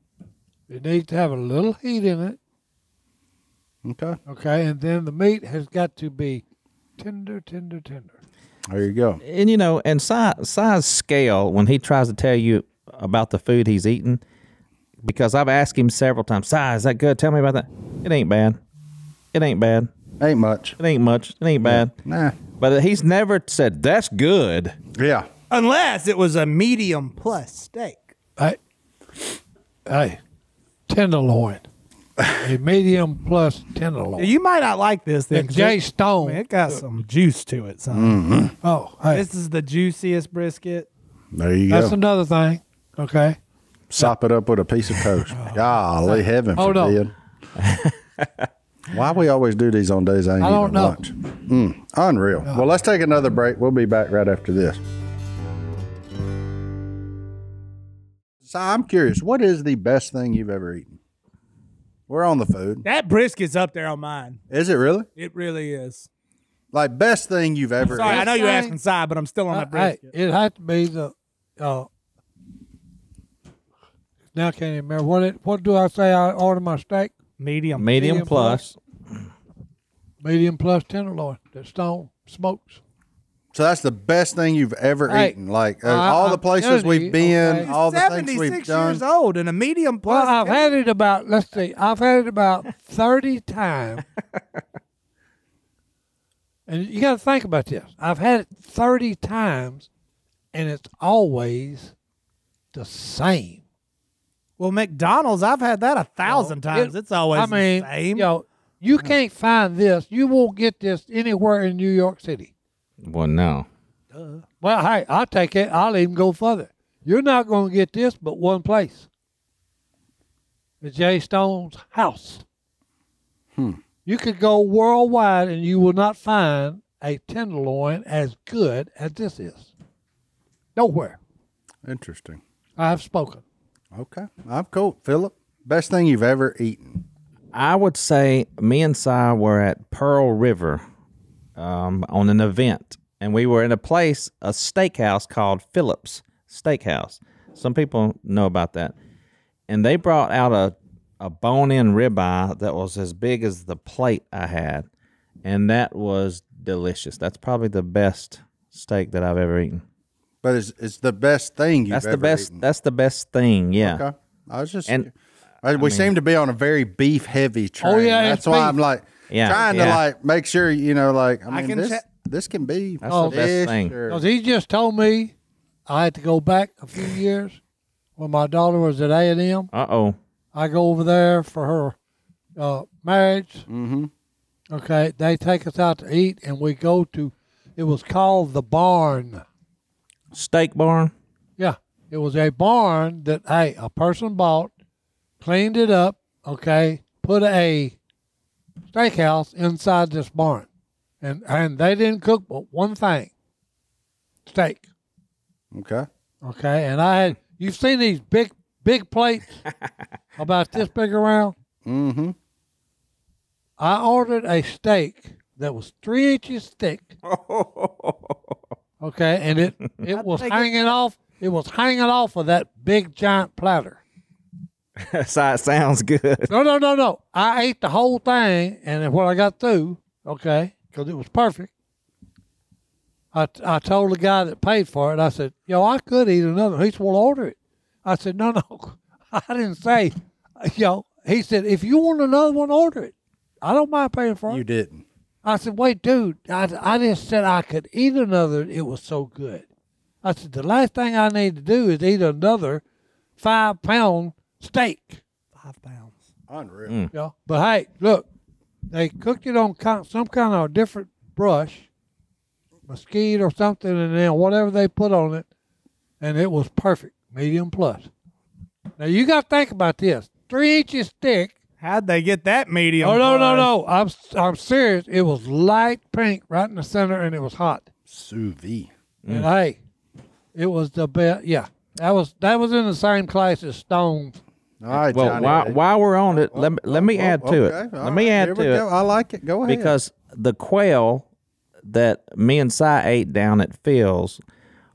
Speaker 4: It needs to have a little heat in it,
Speaker 2: Okay,
Speaker 4: okay, and then the meat has got to be tender, tender, tender.
Speaker 2: there you go.
Speaker 3: and you know, and size, size scale when he tries to tell you about the food he's eating, because I've asked him several times, size, is that good? Tell me about that. It ain't bad. It ain't bad.
Speaker 2: Ain't much.
Speaker 3: It ain't much. It ain't bad.
Speaker 2: Nah.
Speaker 3: But he's never said that's good.
Speaker 2: Yeah.
Speaker 1: Unless it was a medium plus steak.
Speaker 4: Hey, hey, tenderloin, a medium plus tenderloin.
Speaker 1: You might not like this then.
Speaker 4: And
Speaker 1: 'cause
Speaker 4: Jay
Speaker 1: it-
Speaker 4: Stone.
Speaker 1: man, It got some juice to it, son.
Speaker 2: Mm.
Speaker 4: oh, hey,
Speaker 1: This is the juiciest brisket.
Speaker 2: There you
Speaker 4: that's
Speaker 2: go.
Speaker 4: another thing. Okay,
Speaker 2: Sop it up with a piece of toast. Golly, heaven
Speaker 4: Oh. Hold on.
Speaker 2: forbid. Why we always do these on days I ain't
Speaker 4: I don't
Speaker 2: eating
Speaker 4: know. Oh.
Speaker 2: lunch? Mm, unreal. Well, let's take another break. We'll be back right after this. So I'm curious, what is the best thing you've ever eaten? We're on the food.
Speaker 1: That brisket's up there on mine.
Speaker 2: Is it really?
Speaker 1: It really is.
Speaker 2: Like best thing you've ever
Speaker 1: Sorry, I
Speaker 2: eaten?
Speaker 1: know you're
Speaker 4: thing-
Speaker 1: asking side, but I'm still on
Speaker 4: Uh,
Speaker 1: that
Speaker 4: hey,
Speaker 1: brisket.
Speaker 4: it had to be the. Uh, now I can't even remember what it. What do I say? I order my steak,
Speaker 1: Medium.
Speaker 3: Medium,
Speaker 4: Medium
Speaker 3: plus.
Speaker 4: medium plus tenderloin that Stone smokes.
Speaker 2: So that's the best thing you've ever
Speaker 4: Hey,
Speaker 2: eaten. Like uh,
Speaker 4: I-
Speaker 2: all
Speaker 4: I'm
Speaker 2: the places
Speaker 4: telling
Speaker 2: we've
Speaker 4: you,
Speaker 2: been,
Speaker 4: okay.
Speaker 2: all the things
Speaker 1: 76
Speaker 2: we've
Speaker 1: years
Speaker 2: done.
Speaker 1: old and a medium plus.
Speaker 4: Well, I've had it about let's see, I've had it about thirty times. and you got to think about this. I've had it thirty times, and it's always the same.
Speaker 1: well, McDonald's, I've had that a thousand
Speaker 4: Well,
Speaker 1: times.
Speaker 4: it-
Speaker 1: it's always
Speaker 4: I mean,
Speaker 1: the same.
Speaker 4: you know, you can't find this. You won't get this anywhere in New York City.
Speaker 3: Well, no.
Speaker 4: Well, hey, I'll take it. I'll even go further. You're not going to get this but one place. The Jay Stone's house. You could go worldwide and you will not find a tenderloin as good as this is. Nowhere.
Speaker 2: Interesting.
Speaker 4: I have spoken.
Speaker 2: Okay, I'm cool. Philip, best thing you've ever eaten?
Speaker 3: I would say me and Si were at Pearl River um, on an event, and we were in a place, a steakhouse called Phillips Steakhouse. Some people know about that, and they brought out a a bone-in ribeye that was as big as the plate I had, and that was delicious. That's probably the best steak that I've ever eaten.
Speaker 2: But it's, it's the best thing you've
Speaker 3: That's
Speaker 2: ever
Speaker 3: the best.
Speaker 2: eaten.
Speaker 3: That's the best thing. Yeah.
Speaker 2: okay, I was just
Speaker 3: And-
Speaker 2: I- we seem to be on a very beef heavy train.
Speaker 4: Oh, yeah,
Speaker 2: that's
Speaker 4: it's
Speaker 2: why
Speaker 4: beef.
Speaker 2: I'm like
Speaker 3: Yeah,
Speaker 2: trying to
Speaker 3: yeah.
Speaker 2: like make sure you know like I mean
Speaker 1: I can
Speaker 2: this
Speaker 1: check-
Speaker 2: this can be
Speaker 3: That's the best
Speaker 2: dish
Speaker 3: thing.
Speaker 2: or-
Speaker 4: Because he just told me I had to go back a few years when my daughter was at A&M.
Speaker 3: Uh oh.
Speaker 4: I go over there for her uh, marriage. Mm-hmm. Okay, they take us out to eat, and we go to. It was called the barn.
Speaker 3: Steak barn.
Speaker 4: Yeah, it was a barn that hey, a person bought, cleaned it up. Okay, put a steakhouse inside this barn, and and they didn't cook but one thing, steak.
Speaker 2: okay.
Speaker 4: Okay, and I had you've seen these big big plates about this big around.
Speaker 2: Mm-hmm.
Speaker 4: I ordered a steak that was three inches thick. okay, and it it was hanging off. It was hanging off of that big giant platter.
Speaker 3: Si, it sounds good.
Speaker 4: No, no, no, no. I ate the whole thing, and then when I got through, okay, because it was perfect. I, I told the guy that paid for it. I said, "Yo, I could eat another." He said, "Well, order it." I said, "No, no, I didn't say." Yo, he said, "If you want another one, order it. I don't mind paying for it."
Speaker 2: You didn't.
Speaker 4: I said, wait, dude, I, I just said I could eat another. It was so good. I said, the last thing I need to do is eat another five pound steak.
Speaker 1: Five pounds.
Speaker 2: Unreal.
Speaker 3: Mm.
Speaker 4: You know? But hey, look, they cooked it on kind, some kind of different brush, mesquite or something, and then whatever they put on it, and it was perfect, medium plus. Now, you got to think about this three inches thick
Speaker 1: How'd they get that medium?
Speaker 4: Oh no no
Speaker 1: plus?
Speaker 4: no! I'm I'm serious. It was light pink right in the center, and it was hot.
Speaker 2: Sous vide.
Speaker 3: Mm.
Speaker 4: And hey, it was the best. Yeah, that was that was in the same class as Stone.
Speaker 2: All right,
Speaker 3: Well,
Speaker 2: Johnny.
Speaker 3: while, while we're on it, let, me- let me add to
Speaker 2: Okay,
Speaker 3: it.
Speaker 2: all
Speaker 3: Let me
Speaker 2: right,
Speaker 3: add
Speaker 2: here
Speaker 3: to
Speaker 2: we
Speaker 3: it
Speaker 2: go. I like it. Go ahead.
Speaker 3: because the quail that me and Si ate down at Phil's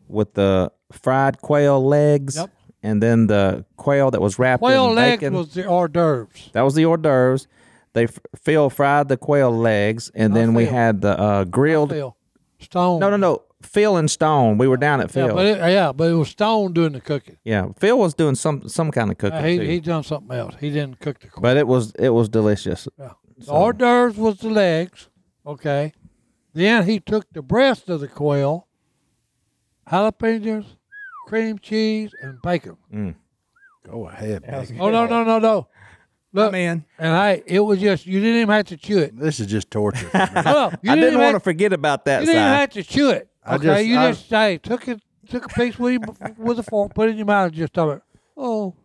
Speaker 3: with the fried quail legs,
Speaker 4: Yep.
Speaker 3: and then the quail that was wrapped
Speaker 4: Quail
Speaker 3: in
Speaker 4: legs
Speaker 3: bacon.
Speaker 4: was the hors d'oeuvres.
Speaker 3: that was the hors d'oeuvres. They f- Phil fried the quail legs, and then we
Speaker 4: Phil.
Speaker 3: had the uh, grilled.
Speaker 4: Phil. Stone.
Speaker 3: No, no, no. Phil and Stone. We were down at
Speaker 4: Yeah,
Speaker 3: Phil.
Speaker 4: but it, yeah, but it was Stone doing the cooking.
Speaker 3: yeah, Phil was doing some some kind of cooking
Speaker 4: Uh, he
Speaker 3: too.
Speaker 4: he done something else. He didn't cook the quail.
Speaker 3: but it was it was delicious.
Speaker 4: Yeah. The hors d'oeuvres was the legs. Okay. Then he took the breast of the quail jalapenos, cream cheese, and bacon.
Speaker 2: Go ahead. baby.
Speaker 4: Oh no no no no! Look,
Speaker 1: man.
Speaker 4: and hey, it was just you didn't even have to chew it.
Speaker 2: This is just torture. for me.
Speaker 4: Hold on, you
Speaker 3: I
Speaker 4: didn't,
Speaker 3: didn't
Speaker 4: even
Speaker 3: want to
Speaker 4: have,
Speaker 3: forget about that
Speaker 4: you didn't even
Speaker 3: side.
Speaker 4: have to chew it.
Speaker 2: I
Speaker 4: Okay,
Speaker 2: just-
Speaker 4: you
Speaker 2: I-
Speaker 4: just hey, took it, took a piece with you, with a fork, put it in your mouth, and just stop it. Oh,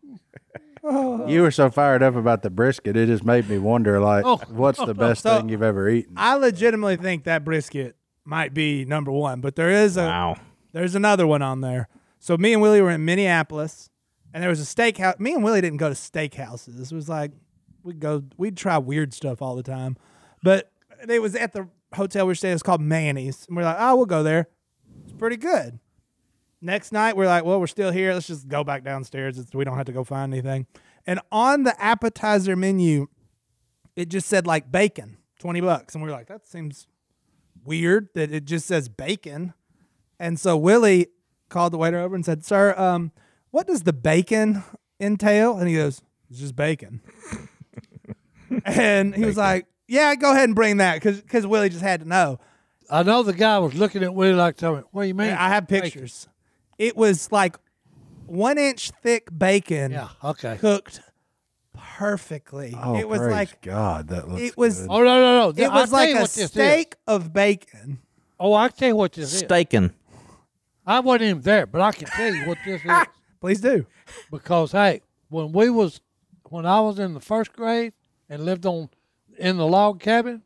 Speaker 2: you were so fired up about the brisket, it just made me wonder, like,
Speaker 1: Oh.
Speaker 2: what's the best
Speaker 1: So-
Speaker 2: thing you've ever eaten?
Speaker 1: I legitimately think that brisket might be number one, but there is a
Speaker 3: Wow.
Speaker 1: there's another one on there. So me and Willie were in Minneapolis, and there was a steakhouse. Me and Willie didn't go to steakhouses. It was like we would go, we'd try weird stuff all the time, but it was at the hotel we were staying. It's called Manny's, and we're like, oh, we'll go there. It's pretty good. Next night we're like, well, we're still here. Let's just go back downstairs. It's, we don't have to go find anything. And on the appetizer menu, it just said like bacon, twenty bucks, and we we're like, that seems weird that it just says bacon. And so Willie called the waiter over and said, "Sir, um, what does the bacon entail?" And he goes, "It's just bacon." and he was like, "Yeah, go ahead and bring that," because Willie just had to know.
Speaker 4: I know the guy was looking at Willie like, "Tell me, what do you mean?"
Speaker 1: And I have
Speaker 4: Bacon.
Speaker 1: pictures. It was like one inch thick bacon
Speaker 4: Yeah, okay.
Speaker 1: cooked perfectly.
Speaker 2: Oh,
Speaker 1: it was
Speaker 2: praise
Speaker 1: like
Speaker 2: God, that looks.
Speaker 1: it was
Speaker 2: good.
Speaker 4: Oh no no no!
Speaker 1: it
Speaker 4: I'll
Speaker 1: was
Speaker 4: tell
Speaker 1: like
Speaker 4: you
Speaker 1: a
Speaker 4: what this is.
Speaker 1: steak of bacon.
Speaker 4: Oh, I can tell you what this is.
Speaker 3: Staking.
Speaker 4: I wasn't even there, but I can tell you what this is
Speaker 1: Please do.
Speaker 4: because hey, when we was when I was in the first grade and lived on in the log cabin,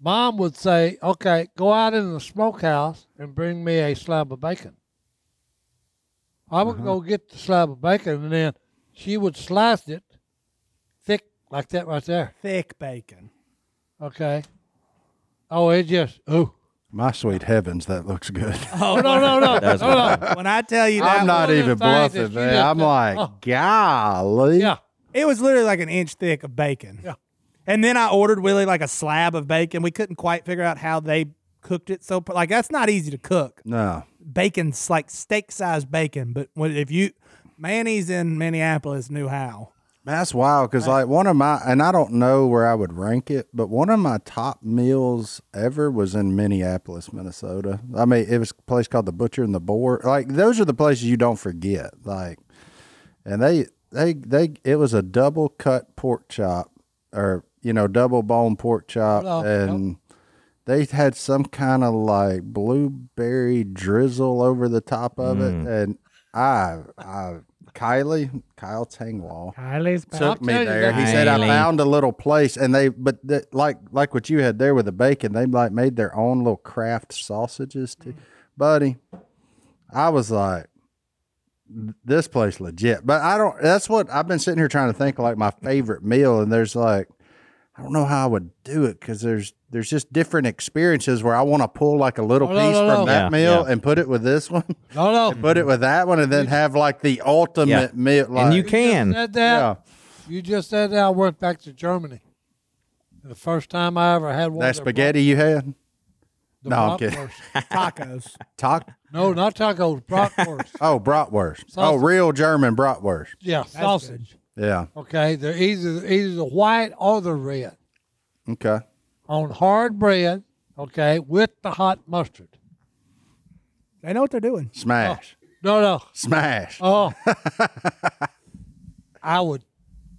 Speaker 4: mom would say, "Okay, go out in the smokehouse and bring me a slab of bacon." I would go get the slab of bacon, and then she would slice it thick like that right there.
Speaker 1: Thick bacon.
Speaker 4: Okay. Oh, it just oh
Speaker 2: My sweet heavens, that looks good.
Speaker 4: no no no no
Speaker 3: Does
Speaker 4: no.
Speaker 1: When I tell you that
Speaker 2: I'm not
Speaker 4: one of the
Speaker 2: even
Speaker 4: things that
Speaker 2: bluffing,
Speaker 4: you
Speaker 2: man.
Speaker 4: just-
Speaker 2: I'm like,
Speaker 4: oh.
Speaker 2: golly.
Speaker 4: Yeah.
Speaker 1: It was literally like an inch thick of bacon.
Speaker 4: Yeah.
Speaker 1: And then I ordered Willie like a slab of bacon. We couldn't quite figure out how they cooked it. So like that's not easy to cook.
Speaker 2: No.
Speaker 1: Bacon's like steak sized bacon, but when, if you Manny's in Minneapolis knew how.
Speaker 2: Man, That's wild because like one of my and I don't know where I would rank it, but one of my top meals ever was in Minneapolis, Minnesota. I mean, it was a place called the Butcher and the Boar. Like those are the places you don't forget. Like, and they they they it was a double cut pork chop or you know double bone pork chop
Speaker 4: Hello.
Speaker 2: and. They had some kind of like blueberry drizzle over the top of it, and I, I, Kylie, Kyle Tangwall,
Speaker 1: Kylie's
Speaker 2: took me
Speaker 4: tell you
Speaker 2: there.
Speaker 4: that-
Speaker 2: He said I
Speaker 3: Really?
Speaker 2: found a little place, and they but th- like like what you had there with the bacon, they like made their own little craft sausages too,
Speaker 4: Mm.
Speaker 2: buddy. I was like, this place legit, but I don't. That's what I've been sitting here trying to think like my favorite meal, and there's like. I don't know how I would do it because there's there's just different experiences where I want to pull like a little
Speaker 4: Oh,
Speaker 2: piece
Speaker 4: no, no, Mm-hmm.
Speaker 2: from
Speaker 4: no.
Speaker 2: that
Speaker 3: Yeah,
Speaker 2: meal
Speaker 3: yeah.
Speaker 2: and put it with this one,
Speaker 4: No no.
Speaker 2: and put it with that one, and then have like the ultimate meal. Like,
Speaker 3: And you can.
Speaker 4: said that.
Speaker 2: yeah.
Speaker 4: You just said that. I went back to Germany. The first time I ever had one.
Speaker 2: That
Speaker 4: of their
Speaker 2: spaghetti you had?
Speaker 4: brat- the
Speaker 2: No, I'm kidding.
Speaker 4: bratwurst.
Speaker 1: tacos.
Speaker 2: Talk.
Speaker 4: No, not tacos. Bratwurst.
Speaker 2: Oh, bratwurst. Oh,
Speaker 4: Sausage.
Speaker 2: real German bratwurst.
Speaker 4: yeah, sausage.
Speaker 2: Yeah.
Speaker 4: Okay, they're either either the white or the red
Speaker 2: Okay.
Speaker 4: on hard bread. Okay, with the hot mustard.
Speaker 1: They know what they're doing.
Speaker 2: Smash.
Speaker 4: No, no.
Speaker 2: Smash.
Speaker 4: Oh, I would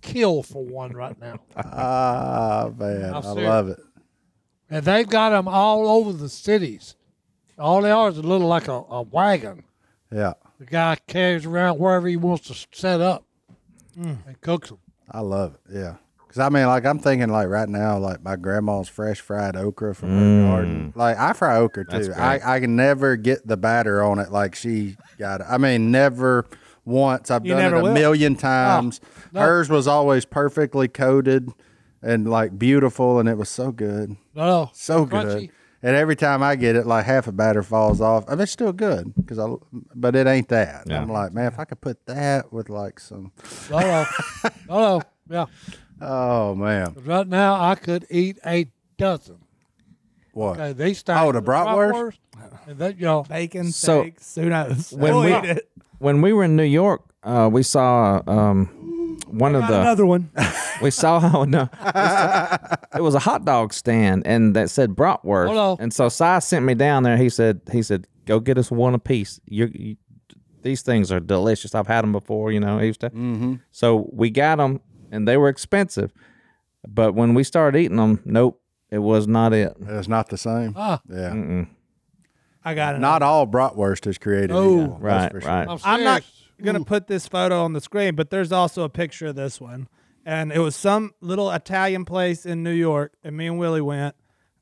Speaker 4: kill for one right now.
Speaker 2: Ah, man, I
Speaker 4: I'll see it.
Speaker 2: love it.
Speaker 4: And they've got them all over the cities. All they are is a little like a, a wagon.
Speaker 2: Yeah,
Speaker 4: The guy carries around wherever he wants to s- set up
Speaker 2: Mm.
Speaker 4: and cooks them.
Speaker 2: I love it. Yeah. Cause I mean, like I'm thinking, like right now, like my grandma's fresh fried okra from her garden. Like I fry okra too. I I can never get the batter on it like she got it. I mean, never once. I've
Speaker 1: You
Speaker 2: done it
Speaker 1: never
Speaker 2: a
Speaker 1: will.
Speaker 2: million times. Hers was always perfectly coated and like beautiful, and it was so good.
Speaker 4: No, no.
Speaker 2: so
Speaker 4: Crunchy.
Speaker 2: good. And every time I get it, like half a batter falls off. I mean, it's still good because I, but it ain't that. And I'm like, man, if I could put that with like some,
Speaker 4: No, no. no, no. Yeah.
Speaker 2: oh man,
Speaker 4: 'Cause Right now, I could eat a dozen.
Speaker 2: what?
Speaker 4: Okay, these things.
Speaker 2: Oh, the bratwurst?
Speaker 4: And that, you know,
Speaker 1: Bacon,
Speaker 3: So-
Speaker 1: steaks, who knows?
Speaker 3: When
Speaker 1: We'll
Speaker 3: we-
Speaker 1: eat it.
Speaker 3: When we were in New York, uh, we saw um, one of
Speaker 1: Got
Speaker 3: the
Speaker 1: another one.
Speaker 3: we saw how no, we saw- it was a hot dog stand and that said bratwurst.
Speaker 4: Hold on.
Speaker 3: And so Si sent me down there. He said he said go get us one apiece. You, you these things are delicious. I've had them before. You know, Easter. Mm-hmm. So we got them and they were expensive, but when we started eating them, nope, it was not it.
Speaker 2: It's not the same.
Speaker 4: Ah.
Speaker 2: yeah.
Speaker 1: I got it.
Speaker 2: Not all bratwurst is created.
Speaker 4: Oh.
Speaker 2: equal, that's
Speaker 3: Right,
Speaker 2: for
Speaker 3: right.
Speaker 4: I'm,
Speaker 1: I'm not
Speaker 4: serious.
Speaker 1: gonna put this photo on the screen, but there's also a picture of this one, and it was some little Italian place in New York, and me and Willie went,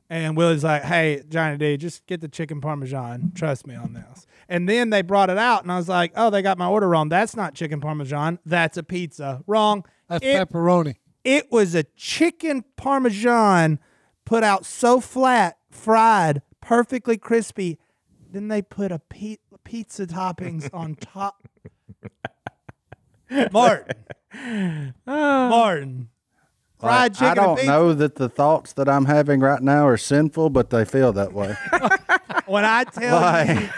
Speaker 1: and Willie's like, "Hey, Johnny D, just get the chicken parmesan. Trust me on this." And then they brought it out, and I was like, "Oh, they got my order wrong. That's not chicken parmesan. That's a pizza. Wrong.
Speaker 4: That's
Speaker 1: it,
Speaker 4: pepperoni.
Speaker 1: it was a chicken parmesan put out so flat, fried, perfectly crispy. Then they put a pi- pizza toppings on top. Martin, Martin, fried
Speaker 2: I
Speaker 1: chicken. and
Speaker 2: don't
Speaker 1: pizza.
Speaker 2: know that the thoughts that I'm having right now are sinful, but they feel that way.
Speaker 1: When I tell
Speaker 2: Like-
Speaker 1: you,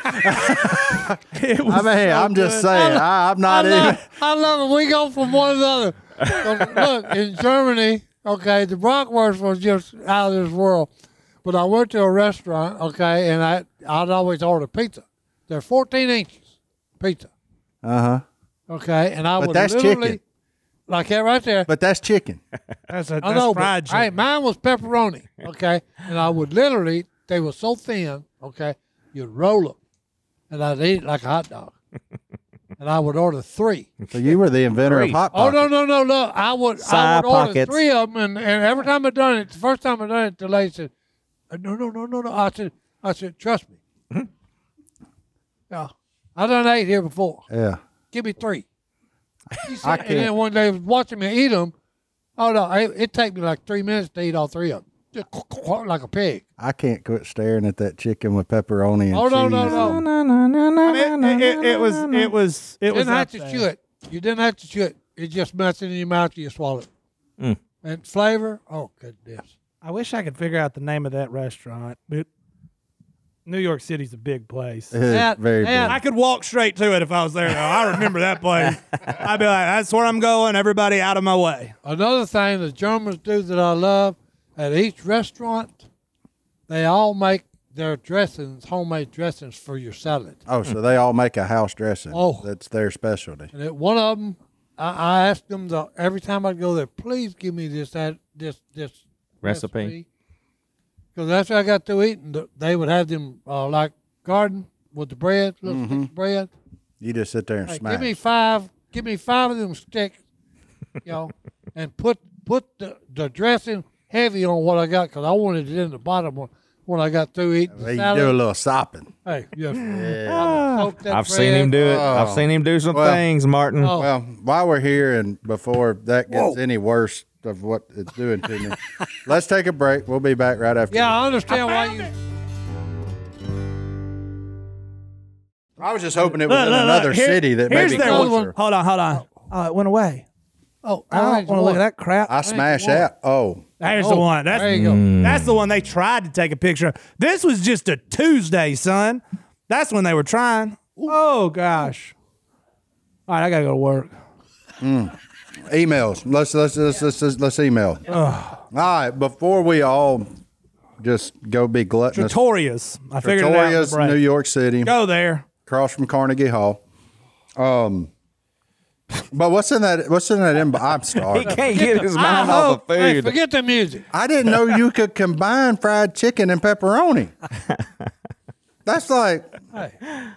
Speaker 1: it was
Speaker 2: I mean,
Speaker 1: so
Speaker 2: I'm just
Speaker 1: good.
Speaker 2: saying. I, I'm
Speaker 4: I
Speaker 2: not even.
Speaker 4: love, I love it. We go from one another. But Look, in Germany, okay, the bratwurst was just out of this world. But I went to a restaurant, okay, and I I'd always order pizza. They're 14 inches pizza,
Speaker 2: Uh huh.
Speaker 4: okay, and I
Speaker 2: But
Speaker 4: would
Speaker 2: that's
Speaker 4: literally
Speaker 2: chicken.
Speaker 4: like that right there.
Speaker 2: But that's chicken.
Speaker 1: That's, a,
Speaker 4: I
Speaker 1: that's
Speaker 4: know,
Speaker 1: fried
Speaker 4: but, hey,
Speaker 1: chicken.
Speaker 4: mine was pepperoni, okay, and I would literally they were so thin, okay, you'd roll them, and I'd eat it like a hot dog, and I would order three.
Speaker 2: So you were the inventor of
Speaker 3: Three.
Speaker 2: hot
Speaker 4: Oh
Speaker 2: pockets.
Speaker 4: no no no no! I would I
Speaker 3: Side
Speaker 4: would order
Speaker 3: pockets.
Speaker 4: three of them, and, and every time I done it, the first time I done it, the lady said, "Uh, "No no no no no." I said, "I said, trust me." Yeah, I done ate here before.
Speaker 2: Yeah.
Speaker 4: Give me three. She said,
Speaker 2: I
Speaker 4: And
Speaker 2: can't-
Speaker 4: then one day, was watching me eat them. Oh no! It, it take me like three minutes to eat all three of them, just like a pig.
Speaker 2: I can't quit staring at that chicken with pepperoni and
Speaker 4: Oh
Speaker 2: cheese.
Speaker 4: no no no!
Speaker 1: It, it- it- it was. It was. It
Speaker 4: You
Speaker 1: was.
Speaker 4: didn't have
Speaker 1: up
Speaker 4: to
Speaker 1: there.
Speaker 4: chew it. You didn't have to chew it. It just melts in your mouth. You swallow it. And flavor. Oh goodness.
Speaker 1: I wish I could figure out the name of that restaurant, but New York City's a big place.
Speaker 2: It is
Speaker 4: That-
Speaker 2: very
Speaker 4: that-
Speaker 1: I could walk straight to it if I was there. Though. I remember that place. I'd be like, "That's where I'm going. Everybody out of my way."
Speaker 4: Another thing the Germans do that I love at each restaurant, they all make their dressings, homemade dressings for your salad.
Speaker 2: big. Oh, so they all make a house dressing.
Speaker 4: Oh.
Speaker 2: That's their specialty.
Speaker 4: And at one of them, I, I asked them the, every time I go there, please give me this that this this
Speaker 3: Recipe.
Speaker 4: Because after I got through eating, th- they would have them uh, like garden with the bread, little sticks of bread.
Speaker 2: You just sit there and
Speaker 4: Hey,
Speaker 2: smash.
Speaker 4: give me five. Give me five of them sticks, you know, and put put the, the dressing heavy on what I got because I wanted it in the bottom when, when I got through eating
Speaker 2: Well,
Speaker 4: the
Speaker 2: you can do a
Speaker 4: salad.
Speaker 2: little sopping.
Speaker 4: Hey, yes. Soak that
Speaker 3: I've seen him
Speaker 4: bread.
Speaker 3: do it. I've seen him do some
Speaker 2: Well-
Speaker 3: things, Martin.
Speaker 4: Oh.
Speaker 2: Well, while we're here and before that gets any worse of what it's doing to me, let's take a break. We'll be back right after.
Speaker 4: Yeah, I understand why you.
Speaker 2: this. I was just hoping it was in another
Speaker 1: Here-
Speaker 2: city that
Speaker 1: here's
Speaker 2: maybe
Speaker 1: their
Speaker 4: closer.
Speaker 1: one. Hold on, hold on. Oh, it went away.
Speaker 4: Oh,
Speaker 1: I don't want to look at that crap.
Speaker 2: I smash
Speaker 4: one.
Speaker 2: out. Oh,
Speaker 1: There's
Speaker 4: Oh,
Speaker 1: the one. That's Mm.
Speaker 4: there you go.
Speaker 1: That's the one they tried to take a picture of. This was just a Tuesday, son. That's when they were trying. Oh gosh. All right, I gotta go to work.
Speaker 2: emails. Let's let's let's let's, let's, let's email. All right, before we all just go be gluttonous.
Speaker 1: Pretoria's. I figured it out. in
Speaker 2: Pretoria's,
Speaker 1: the break.
Speaker 2: New York City,
Speaker 1: Go there.
Speaker 2: across from Carnegie Hall. Um, but what's in that? What's in that? Inbo- I'm
Speaker 3: He
Speaker 2: starving.
Speaker 3: can't get his mind
Speaker 4: I
Speaker 3: off
Speaker 4: hope-
Speaker 3: of
Speaker 4: Hey,
Speaker 3: food.
Speaker 4: forget the music.
Speaker 2: I didn't know you could combine fried chicken and pepperoni. That's like, I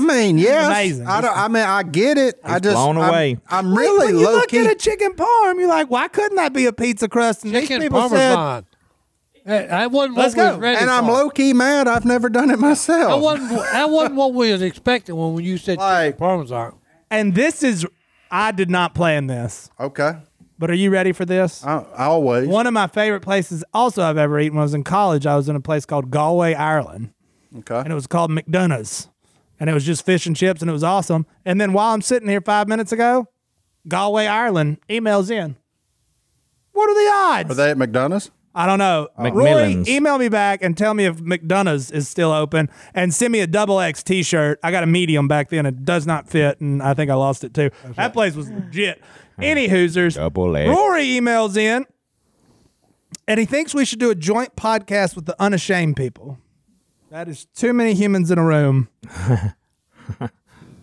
Speaker 2: mean, yes,
Speaker 1: amazing.
Speaker 2: I don't. I mean, I get it. I just
Speaker 3: blown
Speaker 2: I'm-
Speaker 3: away.
Speaker 2: I'm, really
Speaker 1: when you
Speaker 2: low
Speaker 1: look
Speaker 2: key.
Speaker 1: at a chicken parm, you're like, why couldn't that be a pizza crust? And
Speaker 4: Chicken
Speaker 1: these people said,
Speaker 4: parmesan. Hey, that wasn't what
Speaker 1: Let's
Speaker 4: we was
Speaker 1: go.
Speaker 4: ready
Speaker 2: and I'm
Speaker 4: for.
Speaker 2: low key mad. I've never done it
Speaker 4: That
Speaker 2: myself.
Speaker 4: wasn't, that wasn't what we was expecting when, when you said
Speaker 2: Like-
Speaker 4: chicken parmesan.
Speaker 1: and this is, I did not plan this,
Speaker 2: Okay,
Speaker 1: but are you ready for this?
Speaker 2: I, I always.
Speaker 1: One of my favorite places also I've ever eaten when I was in college, I was in a place called Galway, Ireland.
Speaker 2: okay,
Speaker 1: and it was called McDonough's. And it was just fish and chips, and it was awesome. And then while I'm sitting here five minutes ago, Galway, Ireland emails in. What are the
Speaker 2: are
Speaker 1: odds?
Speaker 2: they at McDonald's?
Speaker 1: I don't know.
Speaker 3: McMillan's.
Speaker 1: Rory, email me back and tell me if McDonough's is still open and send me a double X t shirt. I got a medium back then. It does not fit, and I think I lost it too. that place was legit. Any Hoosers.
Speaker 3: Double X.
Speaker 1: Rory emails in and he thinks we should do a joint podcast with the unashamed people. That is too many humans in a room.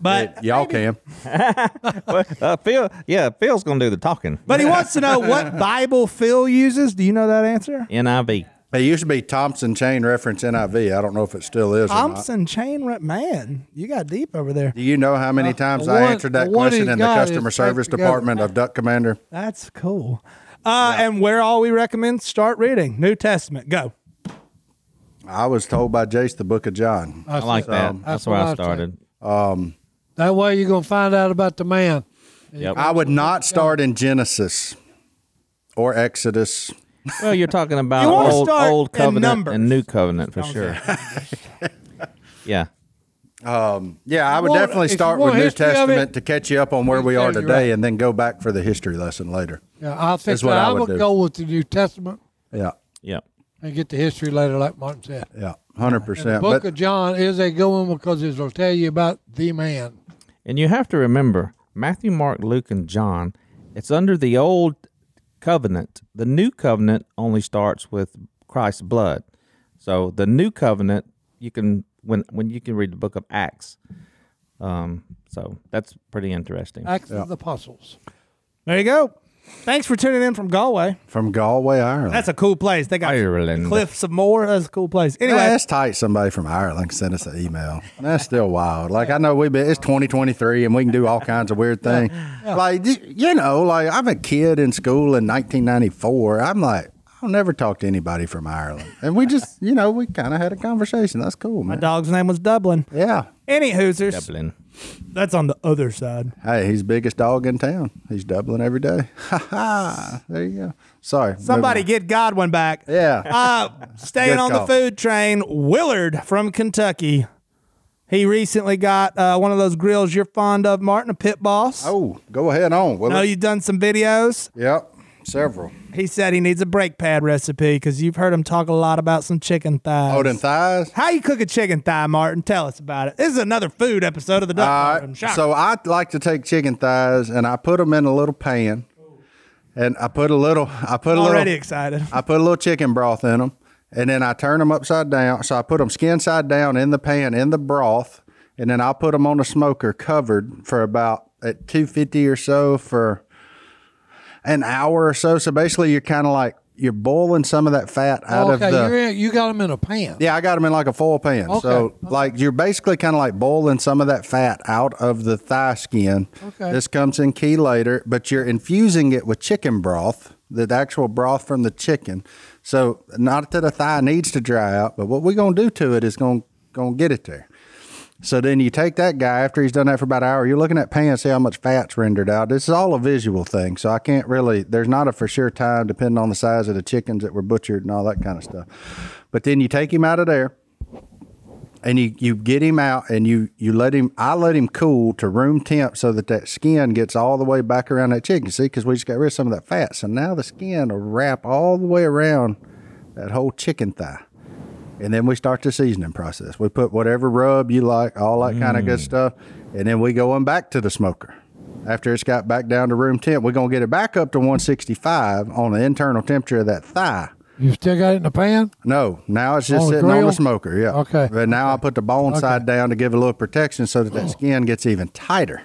Speaker 1: but
Speaker 2: Y'all can.
Speaker 3: uh, Phil, yeah, Phil's gonna do the talking.
Speaker 1: but he wants to know what Bible Phil uses. Do you know that answer?
Speaker 3: NIV.
Speaker 2: It used to be Thompson Chain Reference NIV. I don't know if it still is. Or not.
Speaker 1: Thompson chain rep man, you got deep over there.
Speaker 2: Do you know how many times
Speaker 4: the
Speaker 2: I
Speaker 4: Uh, one-
Speaker 2: answered that
Speaker 4: the one
Speaker 2: question
Speaker 4: he's
Speaker 2: in the
Speaker 4: got is
Speaker 2: customer
Speaker 4: taped
Speaker 2: service
Speaker 4: together.
Speaker 2: department of Duck Commander?
Speaker 1: That's cool. Uh, And where all we recommend start reading New Testament. Go.
Speaker 2: I was told by Jace the Book of John.
Speaker 3: I like that. That's,
Speaker 4: that's
Speaker 3: where
Speaker 4: what
Speaker 3: I
Speaker 4: I'd say.
Speaker 3: started.
Speaker 4: That way you're gonna find out about the man.
Speaker 2: I would not start in Genesis or Exodus.
Speaker 3: Well, you're talking about
Speaker 1: You wanna
Speaker 3: old,
Speaker 1: start
Speaker 3: old
Speaker 1: in
Speaker 3: covenant
Speaker 1: Numbers.
Speaker 3: and new covenant for sure. yeah.
Speaker 2: Yeah, I would
Speaker 4: want-
Speaker 2: definitely
Speaker 4: if you
Speaker 2: start
Speaker 4: want
Speaker 2: with New
Speaker 4: history of it,
Speaker 2: Testament to catch you up on where we
Speaker 4: yeah,
Speaker 2: are
Speaker 4: you're
Speaker 2: today
Speaker 4: right.
Speaker 2: and then go back for the history lesson later.
Speaker 4: Yeah, I think
Speaker 2: That's what
Speaker 4: that.
Speaker 2: I
Speaker 4: I
Speaker 2: would
Speaker 4: would
Speaker 2: do.
Speaker 4: go with the New Testament
Speaker 2: Yeah,
Speaker 3: Yeah.
Speaker 4: and get the history later, like Martin said.
Speaker 2: yeah, 100%.
Speaker 4: The Book
Speaker 2: but
Speaker 4: of John is a good one because it'll tell you about the man.
Speaker 3: And you have to remember Matthew, Mark, Luke, and John, it's under the old covenant. The new covenant only starts with Christ's blood. So the new covenant, you can when when you can read the book of Acts. Um, so that's pretty interesting.
Speaker 4: Acts of the Apostles.
Speaker 1: There you go. Thanks for tuning in from Galway.
Speaker 2: from Galway, Ireland.
Speaker 1: That's a cool place. They got
Speaker 3: Ireland.
Speaker 1: cliffs of more. That's a cool place.
Speaker 2: Yeah,
Speaker 1: Anyway,
Speaker 2: that's tight. Somebody from Ireland sent us an email. That's still wild. Like I know we been it's 2023 and we can do all kinds of weird things. Like y- you know, like I'm a kid in school in 1994. I'm like I'll never talk to anybody from Ireland, and we just you know we kind of had a conversation. That's cool,
Speaker 1: my
Speaker 2: man.
Speaker 1: dog's name was Dublin.
Speaker 2: Yeah.
Speaker 1: Any Hoosers.
Speaker 3: Dublin.
Speaker 1: That's on the other side.
Speaker 2: Hey, he's biggest dog in town. He's doubling every day. Ha ha. There you go. Sorry. moving
Speaker 1: Somebody
Speaker 2: on.
Speaker 1: get Godwin back.
Speaker 2: Yeah.
Speaker 1: Uh, staying
Speaker 2: Good
Speaker 1: on
Speaker 2: call.
Speaker 1: the food train, Willard from Kentucky. He recently got uh, one of those grills you're fond of, Martin, a pit boss.
Speaker 2: oh, go ahead on. Will
Speaker 1: I know
Speaker 2: it?
Speaker 1: you've done some videos.
Speaker 2: Yep. Several.
Speaker 1: He said he needs a brake pad recipe because you've heard him talk a lot about some chicken thighs.
Speaker 2: Oh, them thighs.
Speaker 1: How you cook a chicken thigh, Martin? Tell us about it. This is another food episode of the Duck
Speaker 2: All
Speaker 1: Martin.
Speaker 2: right.
Speaker 1: Shocker.
Speaker 2: Uh, So I like to take chicken thighs and I put them in a little pan, and I put a little, I put a
Speaker 1: already
Speaker 2: little,
Speaker 1: excited.
Speaker 2: I put a little chicken broth in them, and then I turn them upside down. So I put them skin side down in the pan in the broth, and then I'll put them on the smoker covered for about at two fifty or so for an hour or so. So basically, you're kind of like you're boiling some of that fat out
Speaker 4: Oh, okay,
Speaker 2: of the.
Speaker 4: you're in, you got them in a pan.
Speaker 2: Yeah, I got them in like a foil pan.
Speaker 4: Okay.
Speaker 2: So like you're basically kind of like boiling some of that fat out of the thigh skin.
Speaker 4: Okay.
Speaker 2: This comes in key later, but you're infusing it with chicken broth, the actual broth from the chicken. So not that a thigh needs to dry out, but what we're gonna do to it is gonna gonna get it there. So then you take that guy after he's done that for about an hour. You're looking at pan, see how much fat's rendered out. This is all a visual thing, so I can't really. There's not a for sure time depending on the size of the chickens that were butchered and all that kind of stuff. But then you take him out of there, and you you get him out, and you you let him. I let him cool to room temp so that that skin gets all the way back around that chicken. See, because we just got rid of some of that fat, so now the skin will wrap all the way around that whole chicken thigh and then we start the seasoning process. We put whatever rub you like, all that kind of good stuff, and then we go on back to the smoker. After it's got back down to room temp, we're gonna get it back up to 165 on the internal temperature of that thigh.
Speaker 4: You still got it in the pan?
Speaker 2: No, now it's just
Speaker 4: On the
Speaker 2: sitting on
Speaker 4: grill?
Speaker 2: the smoker. Yeah.
Speaker 4: Okay. Oh.
Speaker 2: But now I put the bone side down to give it a little protection so that that skin gets even tighter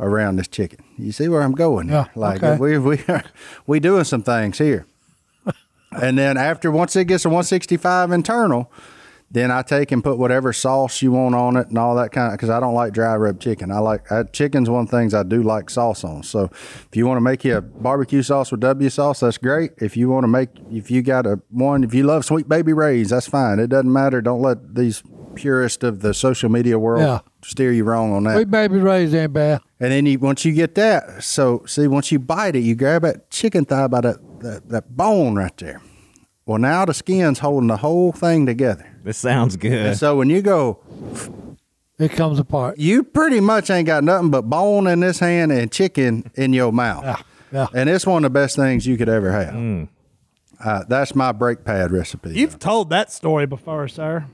Speaker 2: around this chicken. You see where I'm going? here?
Speaker 4: Yeah,
Speaker 2: Like
Speaker 4: okay.
Speaker 2: we we are we doing some things here. and then after once it gets to 165 internal, then I take and put whatever sauce you want on it and all that kind of because I don't like dry rub chicken. I like I, chicken's one of the things I do like sauce on. So if you want to make you a barbecue sauce with W sauce, that's great. If you want to make if you got a one if you love sweet baby rays, that's fine. It doesn't matter. Don't let these purists of the social media world
Speaker 4: Yeah.
Speaker 2: steer you wrong on that.
Speaker 4: We baby raised ain't bad.
Speaker 2: And then you, once you get that, so see, once you bite it, you grab that chicken thigh by that, that, that bone right there. Well, now the skin's holding the whole thing together.
Speaker 3: This sounds good.
Speaker 2: And so when you go,
Speaker 4: It comes apart.
Speaker 2: you pretty much ain't got nothing but bone in this hand and chicken in your mouth.
Speaker 4: yeah.
Speaker 2: And it's one of the best things you could ever have. Uh, that's my brake pad recipe.
Speaker 1: You've told that story before, sir.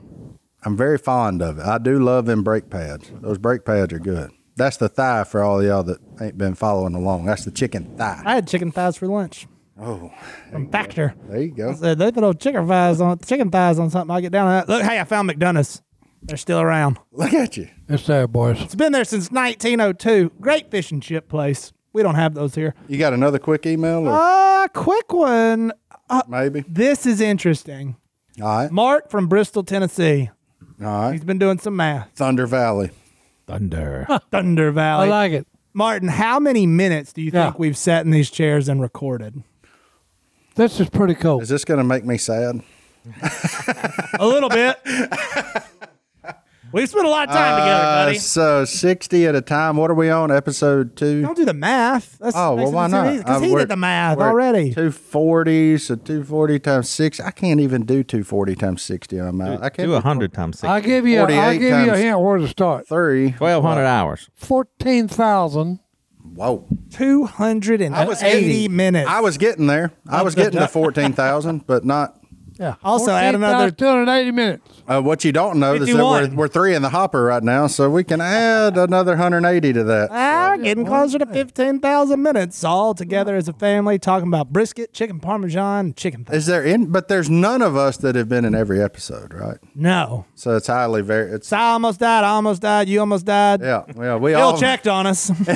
Speaker 2: I'm very fond of it. I do love them brake pads. Those brake pads are good. That's the thigh for all y'all that ain't been following along. That's the chicken thigh.
Speaker 1: I had chicken thighs for lunch
Speaker 2: Oh,
Speaker 1: from Factor.
Speaker 2: there you
Speaker 1: I
Speaker 2: go.
Speaker 1: said they put old chicken thighs on chicken thighs on something. I get down on that. Look, hey, I found McDonough's. They're still around.
Speaker 2: Look at you.
Speaker 4: It's there, boys.
Speaker 1: It's been there since 1902. Great fish and chip place. We don't have those here.
Speaker 2: You got another quick email or
Speaker 1: Uh, quick one. Uh,
Speaker 2: maybe?
Speaker 1: this is interesting.
Speaker 2: All right.
Speaker 1: Mark from Bristol, Tennessee.
Speaker 2: All right.
Speaker 1: He's been doing some math.
Speaker 2: Thunder Valley.
Speaker 3: Thunder.
Speaker 1: Thunder
Speaker 4: I
Speaker 1: Valley.
Speaker 4: like it.
Speaker 1: Martin, how many minutes do you
Speaker 4: Yeah.
Speaker 1: think we've sat in these chairs and recorded?
Speaker 4: This is pretty cool.
Speaker 2: Is this going to make me sad?
Speaker 1: A little bit. we've spent a lot of time together,
Speaker 2: Uh,
Speaker 1: buddy.
Speaker 2: so 60 at a time. What are we on? Episode two?
Speaker 1: Don't do the math. That's
Speaker 2: Oh, well, why not?
Speaker 1: Because
Speaker 2: Uh,
Speaker 1: he
Speaker 2: we're-
Speaker 1: did the math
Speaker 2: we're at
Speaker 1: already.
Speaker 2: 240, so 240 times six. I can't even do 240 times 60 on my. I can't
Speaker 3: Do
Speaker 2: do
Speaker 3: a hundred times six.
Speaker 4: I'll give you. A, I'll
Speaker 2: 48
Speaker 4: give you a
Speaker 2: times-
Speaker 4: hint where to start.
Speaker 2: three.
Speaker 3: Twelve hundred hours.
Speaker 4: Fourteen thousand.
Speaker 2: Whoa.
Speaker 1: Two hundred and eighty minutes.
Speaker 2: I was getting there. I was getting to 14,000, but not.
Speaker 4: Yeah.
Speaker 1: Also, add another-
Speaker 4: two hundred eighty minutes.
Speaker 2: Uh, what you don't know is that
Speaker 1: 51.
Speaker 2: we're, we're three in the hopper right now, so we can add another 180 to that.
Speaker 1: Ah, we're getting closer to fifteen thousand minutes all together as a family talking about brisket, chicken parmesan, chicken. thighs.
Speaker 2: Is there in? But there's none of us that have been in every episode, right?
Speaker 1: no,
Speaker 2: So it's highly very. It's
Speaker 1: so I almost died. I almost died. You almost died.
Speaker 2: yeah, yeah. We
Speaker 1: Bill
Speaker 2: all
Speaker 1: checked on us. we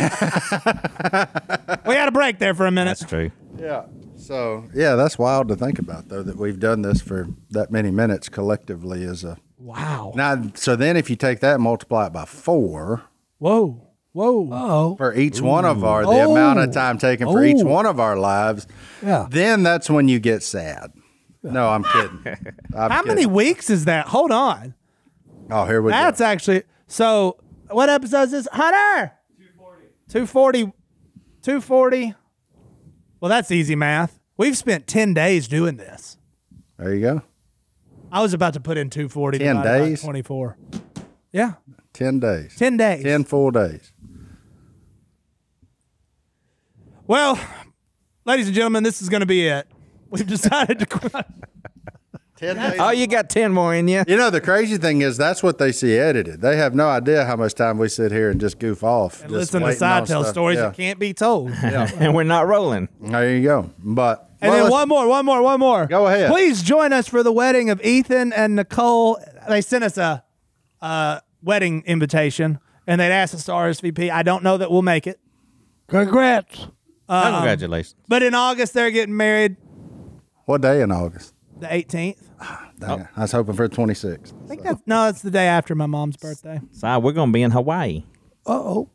Speaker 1: had a break there for a minute.
Speaker 3: That's true.
Speaker 2: Yeah. So yeah, that's wild to think about though that we've done this for that many minutes collectively as a
Speaker 1: Wow.
Speaker 2: now. So then, if you take that and multiply it by four
Speaker 1: Whoa. Whoa.
Speaker 4: Oh,
Speaker 2: for each one of our the
Speaker 4: Oh.
Speaker 2: amount of time taken for each
Speaker 4: Oh.
Speaker 2: one of our lives,
Speaker 4: Yeah.
Speaker 2: then that's when you get sad. No, I'm kidding. I'm
Speaker 1: How many
Speaker 2: kidding.
Speaker 1: weeks is that? Hold on.
Speaker 2: Oh, here we
Speaker 1: That's
Speaker 2: go.
Speaker 1: actually so. What episode is this, Hunter? Two forty. Two forty. Well, that's easy math. We've spent ten days doing this.
Speaker 2: There you go.
Speaker 1: I was about to put in two forty.
Speaker 2: 10 days?
Speaker 1: Twenty four. Yeah,
Speaker 2: Ten days.
Speaker 1: ten days.
Speaker 2: Ten full days.
Speaker 1: Well, ladies and gentlemen, this is going to be it. We've decided to quit.
Speaker 2: Ten days.
Speaker 3: Oh, you got ten more in you.
Speaker 2: You know, the crazy thing is that's what they see edited. They have no idea how much time we sit here and just goof off.
Speaker 1: and
Speaker 2: just
Speaker 1: listen to
Speaker 2: waiting on
Speaker 1: side tell
Speaker 2: stuff.
Speaker 1: stories
Speaker 2: Yeah.
Speaker 1: that can't be told.
Speaker 3: and we're not rolling.
Speaker 2: There you go. But
Speaker 1: And
Speaker 2: well,
Speaker 1: then
Speaker 2: let's-
Speaker 1: one more, one more, one more.
Speaker 2: Go ahead.
Speaker 1: Please join us for the wedding of Ethan and Nicole. They sent us a uh, wedding invitation, and they'd asked us to RSVP. I don't know that we'll make it,
Speaker 4: congrats!
Speaker 3: Congratulations.
Speaker 1: but in August they're getting married,
Speaker 2: what day in August?
Speaker 1: the 18th. Oh.
Speaker 2: Dang it. I was hoping for the 26th.
Speaker 1: I think that's no, it's the day after my mom's birthday.
Speaker 3: Si, we're gonna be in Hawaii.
Speaker 4: Uh oh,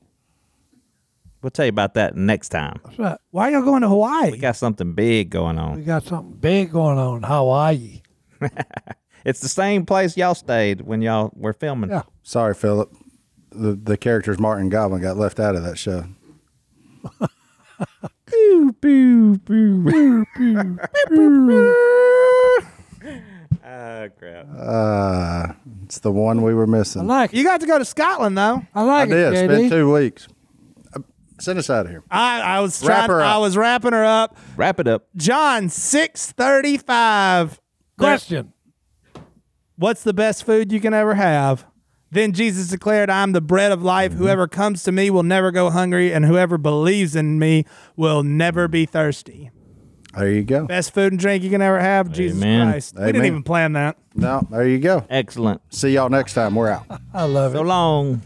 Speaker 3: We'll tell you about that next time.
Speaker 4: that's right.
Speaker 1: Why are y'all going to Hawaii?
Speaker 3: We got something big going
Speaker 4: We
Speaker 3: on.
Speaker 4: got something big going on in Hawaii.
Speaker 3: It's the same place y'all stayed when y'all were filming.
Speaker 4: Yeah.
Speaker 2: Sorry, Philip. The, the characters Martin Goblin got left out of that show.
Speaker 3: Oh crap.
Speaker 2: Uh, it's the one we were missing.
Speaker 4: I like it.
Speaker 1: you got to go to Scotland though.
Speaker 4: I like
Speaker 2: I did.
Speaker 4: it,
Speaker 2: It's
Speaker 4: JD.
Speaker 2: been two weeks. Uh, Send us out of here.
Speaker 1: I, I was
Speaker 2: Wrap
Speaker 1: trying,
Speaker 2: her up.
Speaker 1: I was wrapping her up.
Speaker 3: Wrap it up.
Speaker 1: John six thirty five.
Speaker 4: Question.
Speaker 1: What's the best food you can ever have? Then Jesus declared, I'm the bread of life.
Speaker 3: Mm-hmm.
Speaker 1: Whoever comes to me will never go hungry, and whoever believes in me will never be thirsty.
Speaker 2: There you go.
Speaker 1: Best food and drink you can ever have, Jesus
Speaker 3: Amen.
Speaker 1: Christ. We didn't
Speaker 2: Amen.
Speaker 1: even plan that.
Speaker 2: No, there you go.
Speaker 3: Excellent.
Speaker 2: See y'all next time. We're out.
Speaker 4: I love it.
Speaker 3: So long.